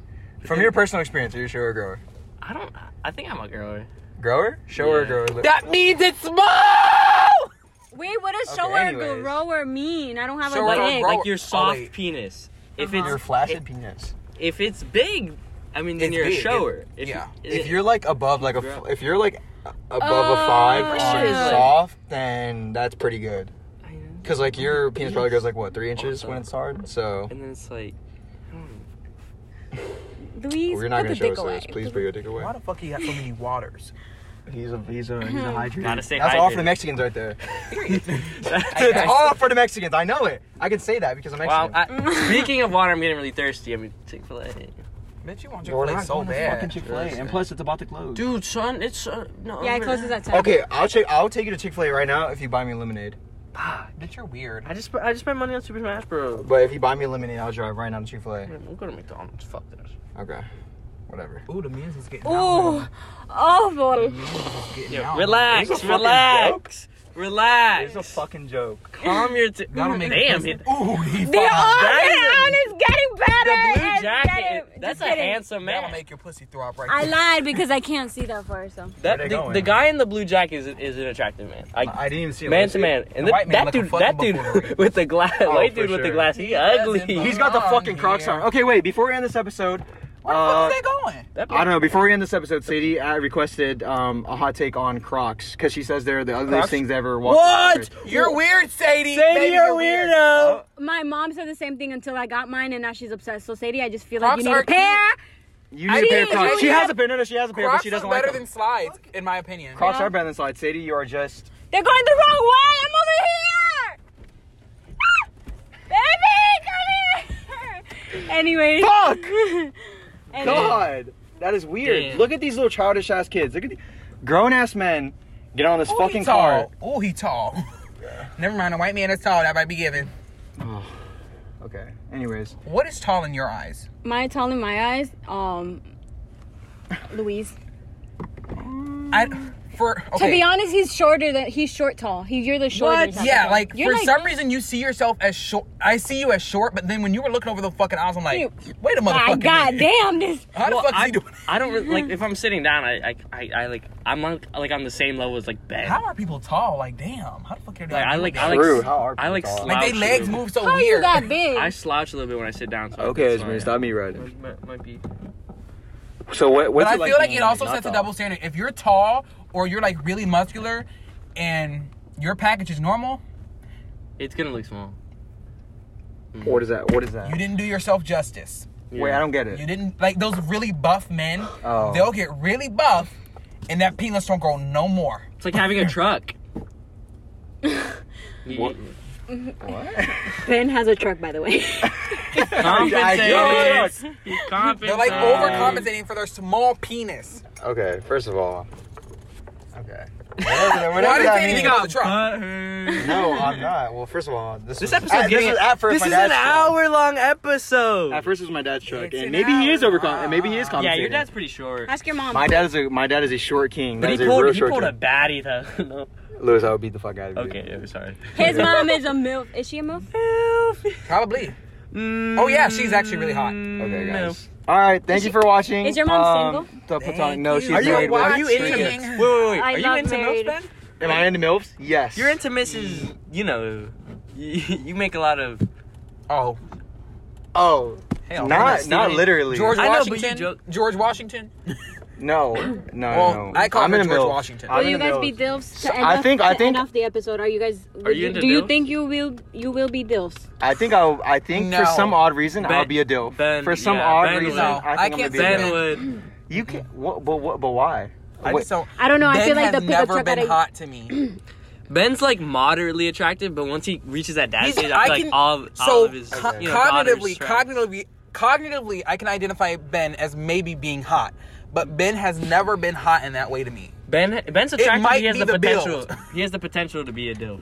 S2: From your personal experience, are you a shower grower?
S1: I don't. I think I'm a grower.
S2: Grower? Shower
S1: Yeah.
S2: grower? Lu-
S4: That means it's small.
S3: Wait, what does
S2: Okay,
S3: shower
S2: anyways.
S3: grower mean? I don't have
S4: Shower
S3: a
S4: grower-
S3: dick.
S1: Like
S4: Oh,
S1: your soft
S4: wait.
S1: penis. If
S3: Uh-huh.
S2: Your
S1: it's
S2: flaccid penis.
S1: if it's big, I mean, then
S4: It's
S1: you're
S4: big,
S1: a
S4: it-
S1: shower. If,
S4: yeah.
S2: If you're like above like a, f- if you're like a- above
S3: Oh,
S2: a five
S3: shit.
S2: on soft, then that's pretty good.
S1: I know.
S2: Cause like your penis probably goes like what three inches when it's hard. So
S1: and then it's like,
S3: Luis,
S2: we're not
S3: put
S2: gonna
S3: the
S2: show
S3: dick
S2: us
S3: away.
S2: this. Please put your dick away.
S4: Why the fuck you got so many waters?
S2: He's a he's
S3: Hmm.
S2: a he's a hydrated.
S1: Gotta stay
S2: That's all for
S1: hydrated.
S2: the Mexicans right there.
S1: I-
S2: it's all for the Mexicans. I know it. I can say that because I'm
S1: wow.
S2: Mexican.
S1: I, speaking of water, I'm getting really thirsty. I mean, Chick Fil A.
S4: Bitch, you want
S2: We're
S4: your plate
S2: not
S4: so
S2: going to fucking
S4: bad.
S2: Chick-fil-A, and plus it's about to close.
S1: Dude, son, it's uh, no.
S3: Yeah, it
S1: man.
S3: closes at ten.
S2: Okay, I'll check. I'll take you to Chick Fil A right now if you buy me lemonade.
S1: Ah,
S4: Bitch, you're weird.
S1: I just sp- I just spent money on Super Smash Bros.
S2: But if you buy me lemonade, I'll drive right now to Chick Fil A.
S1: We'll go to McDonald's. Fuck this.
S2: Okay, whatever.
S4: Ooh, the man's is getting
S3: Ooh, awful.
S4: Getting
S1: Yeah,
S4: out.
S2: This
S1: relax,
S2: is a fucking
S1: relax, relax.
S2: It's a fucking joke.
S1: Calm your. T-
S4: That'll make
S1: Damn,
S4: the
S1: it-
S4: pussy- Ooh, he
S3: The
S4: fucking,
S3: on is getting better.
S1: the blue
S3: and
S1: jacket.
S3: better.
S1: That's
S3: Just
S1: a
S3: kidding.
S1: handsome
S4: that'll
S1: man.
S4: make your pussy throb right
S3: I
S4: there.
S3: lied because I can't see that far, so.
S1: That,
S2: Where they
S1: the,
S2: going?
S1: the guy in the blue jacket is, is an attractive man. Like
S2: I didn't even see it.
S1: man to man, and
S4: The
S1: th-
S4: white man
S1: that
S4: looking
S1: dude, that
S4: fucking
S1: dude
S4: buffoonery.
S1: with the glass,
S2: Oh,
S1: white
S2: for
S1: dude with the
S2: sure.
S1: glass, he
S4: does
S1: ugly.
S4: in
S2: He's got the
S4: Oh,
S2: fucking Crocs
S4: yeah.
S2: on. Okay, wait. Before we end this episode,
S4: Where the fuck
S2: uh,
S4: is they going?
S1: That
S2: I
S1: man-
S2: don't know. Before we end this episode, Sadie I requested um, a hot take on Crocs because she says they're the ugliest
S1: Crocs?
S2: things ever walked. on
S4: What?
S2: earth.
S4: You're weird, Sadie.
S1: Sadie,
S4: Baby,
S1: you're weirdo.
S3: My mom said the same thing until I got mine, and now she's obsessed. So Sadie, I just feel
S4: Crocs
S3: like you need
S4: are
S3: a pair.
S2: You
S4: I
S2: need a pair
S4: didn't-
S2: of Crocs.
S4: I
S2: She
S4: didn't-
S2: has a pair. No, no, she has a pair,
S4: Crocs
S2: but she doesn't
S4: are
S2: like
S4: better
S2: them.
S4: than slides, in my opinion.
S2: Crocs
S3: Yeah.
S2: are better than slides. Sadie, you are just
S3: They're going the wrong way. I'm over here. Ah! Baby, come here. Anyway.
S2: Fuck!
S3: Anyway.
S2: God, that is weird.
S1: Damn.
S2: Look at these little childish ass kids. Look at the grown ass men get on this
S4: Ooh, Oh, he
S2: fucking
S4: tall.
S2: car.
S4: Oh, he tall. Never mind, a white man is tall. That might be given.
S2: Okay. Anyways,
S4: What is tall in your eyes?
S3: My tall in my eyes, um, Luis.
S4: I for okay.
S3: To be honest, he's shorter than he's short tall. He you're the shorter. type of
S4: Yeah,
S3: guy.
S4: like
S3: You're
S4: for some reason you see yourself as short. I see you as short, but then when you were looking over the fucking eyes, I'm like,
S3: You-
S4: wait a
S3: my
S4: motherfucker.
S3: God damn this.
S4: How the
S1: Well,
S4: fuck is
S1: I,
S4: he doing?
S1: I don't really, like if I'm sitting down. I I, I, I like I'm on, like on the same level as like Ben.
S4: How are people tall? Like, damn. How the fuck are they?
S1: Like I like I like
S2: True,
S1: s-
S2: how are
S1: I like
S2: people tall?
S1: slouch.
S4: Like, they
S1: a
S4: legs
S1: little-
S2: Oh,
S4: move so
S3: How are you
S4: weird.
S3: that big?
S1: I slouch a little bit when I sit down. So
S2: okay,
S1: it's
S2: Esmeralda, stop me riding.
S1: Might, might, might be.
S2: So what?
S4: But
S2: What's
S4: I
S2: it
S4: feel like
S2: being
S4: it also
S2: not
S4: sets a
S2: tall?
S4: double standard. If you're tall or you're like really muscular, and your package is normal,
S1: It's gonna look small.
S2: What is that? What is
S4: you
S2: that?
S4: didn't do yourself justice.
S2: Wait, I don't get
S4: You
S2: it.
S4: didn't like those really buff men.
S2: Oh.
S4: They'll get really buff, and that penis don't grow no more.
S1: It's like having a truck. You-
S2: What?
S1: you-
S3: Ben has a truck, by the way.
S1: Compensates. You compensate.
S4: They're like overcompensating for their small penis.
S2: Okay, first of all. Okay.
S4: Why did you say anything about the truck?
S1: Butthurt.
S2: No, I'm not. Well, first of all, this
S1: This
S2: was-
S1: episode
S2: I- this
S1: getting-
S2: was at first
S1: This
S2: my
S1: is
S2: dad's
S1: an
S2: truck.
S1: hour long episode.
S2: At first it was my dad's truck,
S4: It's
S2: and
S4: an
S2: maybe he is
S4: hour.
S2: overcom- and maybe he is compensating.
S1: yeah, your dad's pretty short.
S3: Ask your mom.
S2: My dad is a my dad is a short king.
S1: But
S2: That
S1: he
S2: is a
S1: pulled,
S2: real
S1: he
S2: short
S1: pulled a
S2: king.
S1: baddie though. No.
S2: Lewis, I would beat the fuck out of you.
S1: Okay, I'm sorry.
S3: His mom is a milf. Is she a milf?
S4: Probably. Oh yeah, she's actually really hot.
S2: Okay,
S1: Mm, No.
S2: guys. All right, thank you for watching.
S3: is your mom
S2: single? The platonic.
S4: Thank
S2: No,
S4: you.
S2: she's
S1: Are you,
S2: married.
S1: are
S2: with-
S1: you
S4: watching.
S1: into Wait, wait, wait.
S3: I
S1: Are you
S3: love
S1: into milfs,
S3: married.
S1: Ben?
S2: Am I into milfs? Yes.
S1: You're into Mrs. You know, you, you make a lot of.
S4: Oh,
S2: Oh,
S4: hell.
S2: not not
S1: Stephen-
S2: literally.
S4: George
S1: I know, but you
S4: Washington.
S1: joke-
S4: George Washington.
S2: No, no, no,
S4: Well,
S2: no.
S4: I call
S2: I'm
S4: her
S2: in a
S4: George
S2: milf.
S4: Washington.
S2: I'm
S3: Will
S2: in
S3: you
S2: a
S3: guys
S2: milf.
S3: be dilfs?
S2: So
S3: To end
S2: I
S3: off-
S2: think-
S3: to
S2: I think-
S3: end off the episode. Are you guys?
S1: Are you into
S3: do you
S1: dilfs?
S3: think you will you will be dilfs?
S2: I think I'll, I think
S4: No.
S2: for some odd reason I'll
S1: Ben-
S2: be a dilf.
S1: Ben-
S2: for some
S1: yeah,
S2: odd
S1: Ben
S2: reason,
S1: would.
S2: I think
S4: I
S2: I'm
S4: can't
S2: gonna be a
S4: stand
S1: Ben
S2: dilf.
S4: it.
S1: would.
S2: You can't. What, but what? But why?
S4: I
S2: Wait,
S4: just don't.
S3: I don't know. I
S4: Ben
S3: feel like the
S4: has
S3: pickup
S4: never
S3: truck.
S4: been
S3: gotta-
S4: hot to me.
S1: Ben's like moderately attractive, but once he reaches that dad
S4: He's-
S1: stage, I feel
S4: I
S1: like
S4: can-
S1: all, of- all
S4: so
S1: of his
S4: co-
S1: you know,
S4: cognitively,
S1: daughters track.
S4: cognitively, cognitively, I can identify Ben as maybe being hot, but Ben has never been hot in that way to me.
S1: Ben Ben's attractive.
S4: might
S1: He has
S4: be
S1: the,
S4: the
S1: potential.
S4: build.
S1: He has the potential to be a dilf.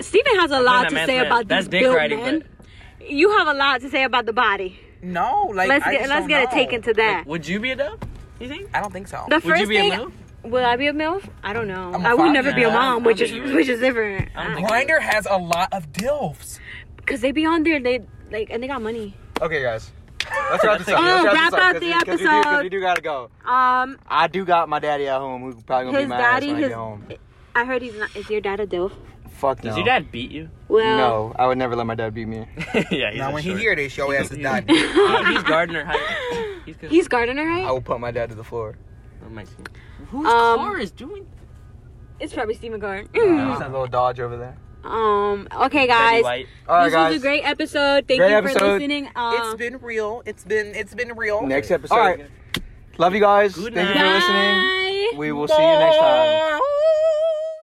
S3: Stephen has a
S1: that
S3: lot to
S1: man's
S3: say
S1: man.
S3: about
S1: That's
S3: these
S1: dick
S3: built
S1: riding,
S3: men. You have a lot to say about the body.
S4: No, like
S3: Let's
S4: I
S3: get
S4: just
S3: let's
S4: don't
S3: get
S4: know.
S3: it taken to that.
S1: Would you be a dilf? You think?
S4: I don't think so.
S3: The
S1: you
S3: first
S1: be a
S3: thing,
S1: milf?
S3: will I be a milf? I don't know.
S4: I'm a
S3: I would
S4: father.
S3: never be a
S1: Nah, I
S3: mom,
S1: don't
S3: which is
S1: think you would.
S3: which is different.
S1: I don't think you
S4: Grinder has a lot of dilfs.
S3: Because they be on there, they like, and they got money.
S2: Okay, guys. Let's wrap this up.
S3: Oh,
S2: Let's wrap,
S3: wrap
S2: this
S3: up
S2: up, 'cause
S3: the
S2: we- 'cause we do- 'cause we
S3: episode.
S2: do gotta go.
S3: Um,
S2: I do got my daddy at home. Who's probably gonna
S3: his
S2: be my daddy,
S3: daddy,
S2: ass when I
S3: his.
S2: get home.
S3: I heard he's not. Is your dad a dilf?
S2: Fuck no.
S1: Does your dad beat you?
S3: Well,
S2: No, I would never let my dad beat me.
S1: yeah, he's
S4: Now
S1: a
S4: when he
S1: short.
S4: hear this, your ass is
S1: Yeah.
S4: dying.
S1: Oh, he's gardener height. He's good.
S3: he's gardener, right?
S2: I will put my dad to the floor.
S1: Oh, my- Whose
S3: Um,
S1: car is doing?
S3: It's probably Stephen Garden.
S2: There's that little Dodge over there.
S3: um.
S1: Betty
S3: Okay, guys.
S1: White.
S2: All right,
S3: this was
S2: guys.
S3: a great episode. Thank
S2: Great
S3: you for
S2: episode.
S3: listening.
S4: It's
S3: Um,
S4: been real. It's been it's been real.
S2: Next episode.
S4: All right.
S2: Love you guys.
S1: Good
S2: Thank you for
S1: night.
S2: listening.
S3: bye.
S2: We will see you next time.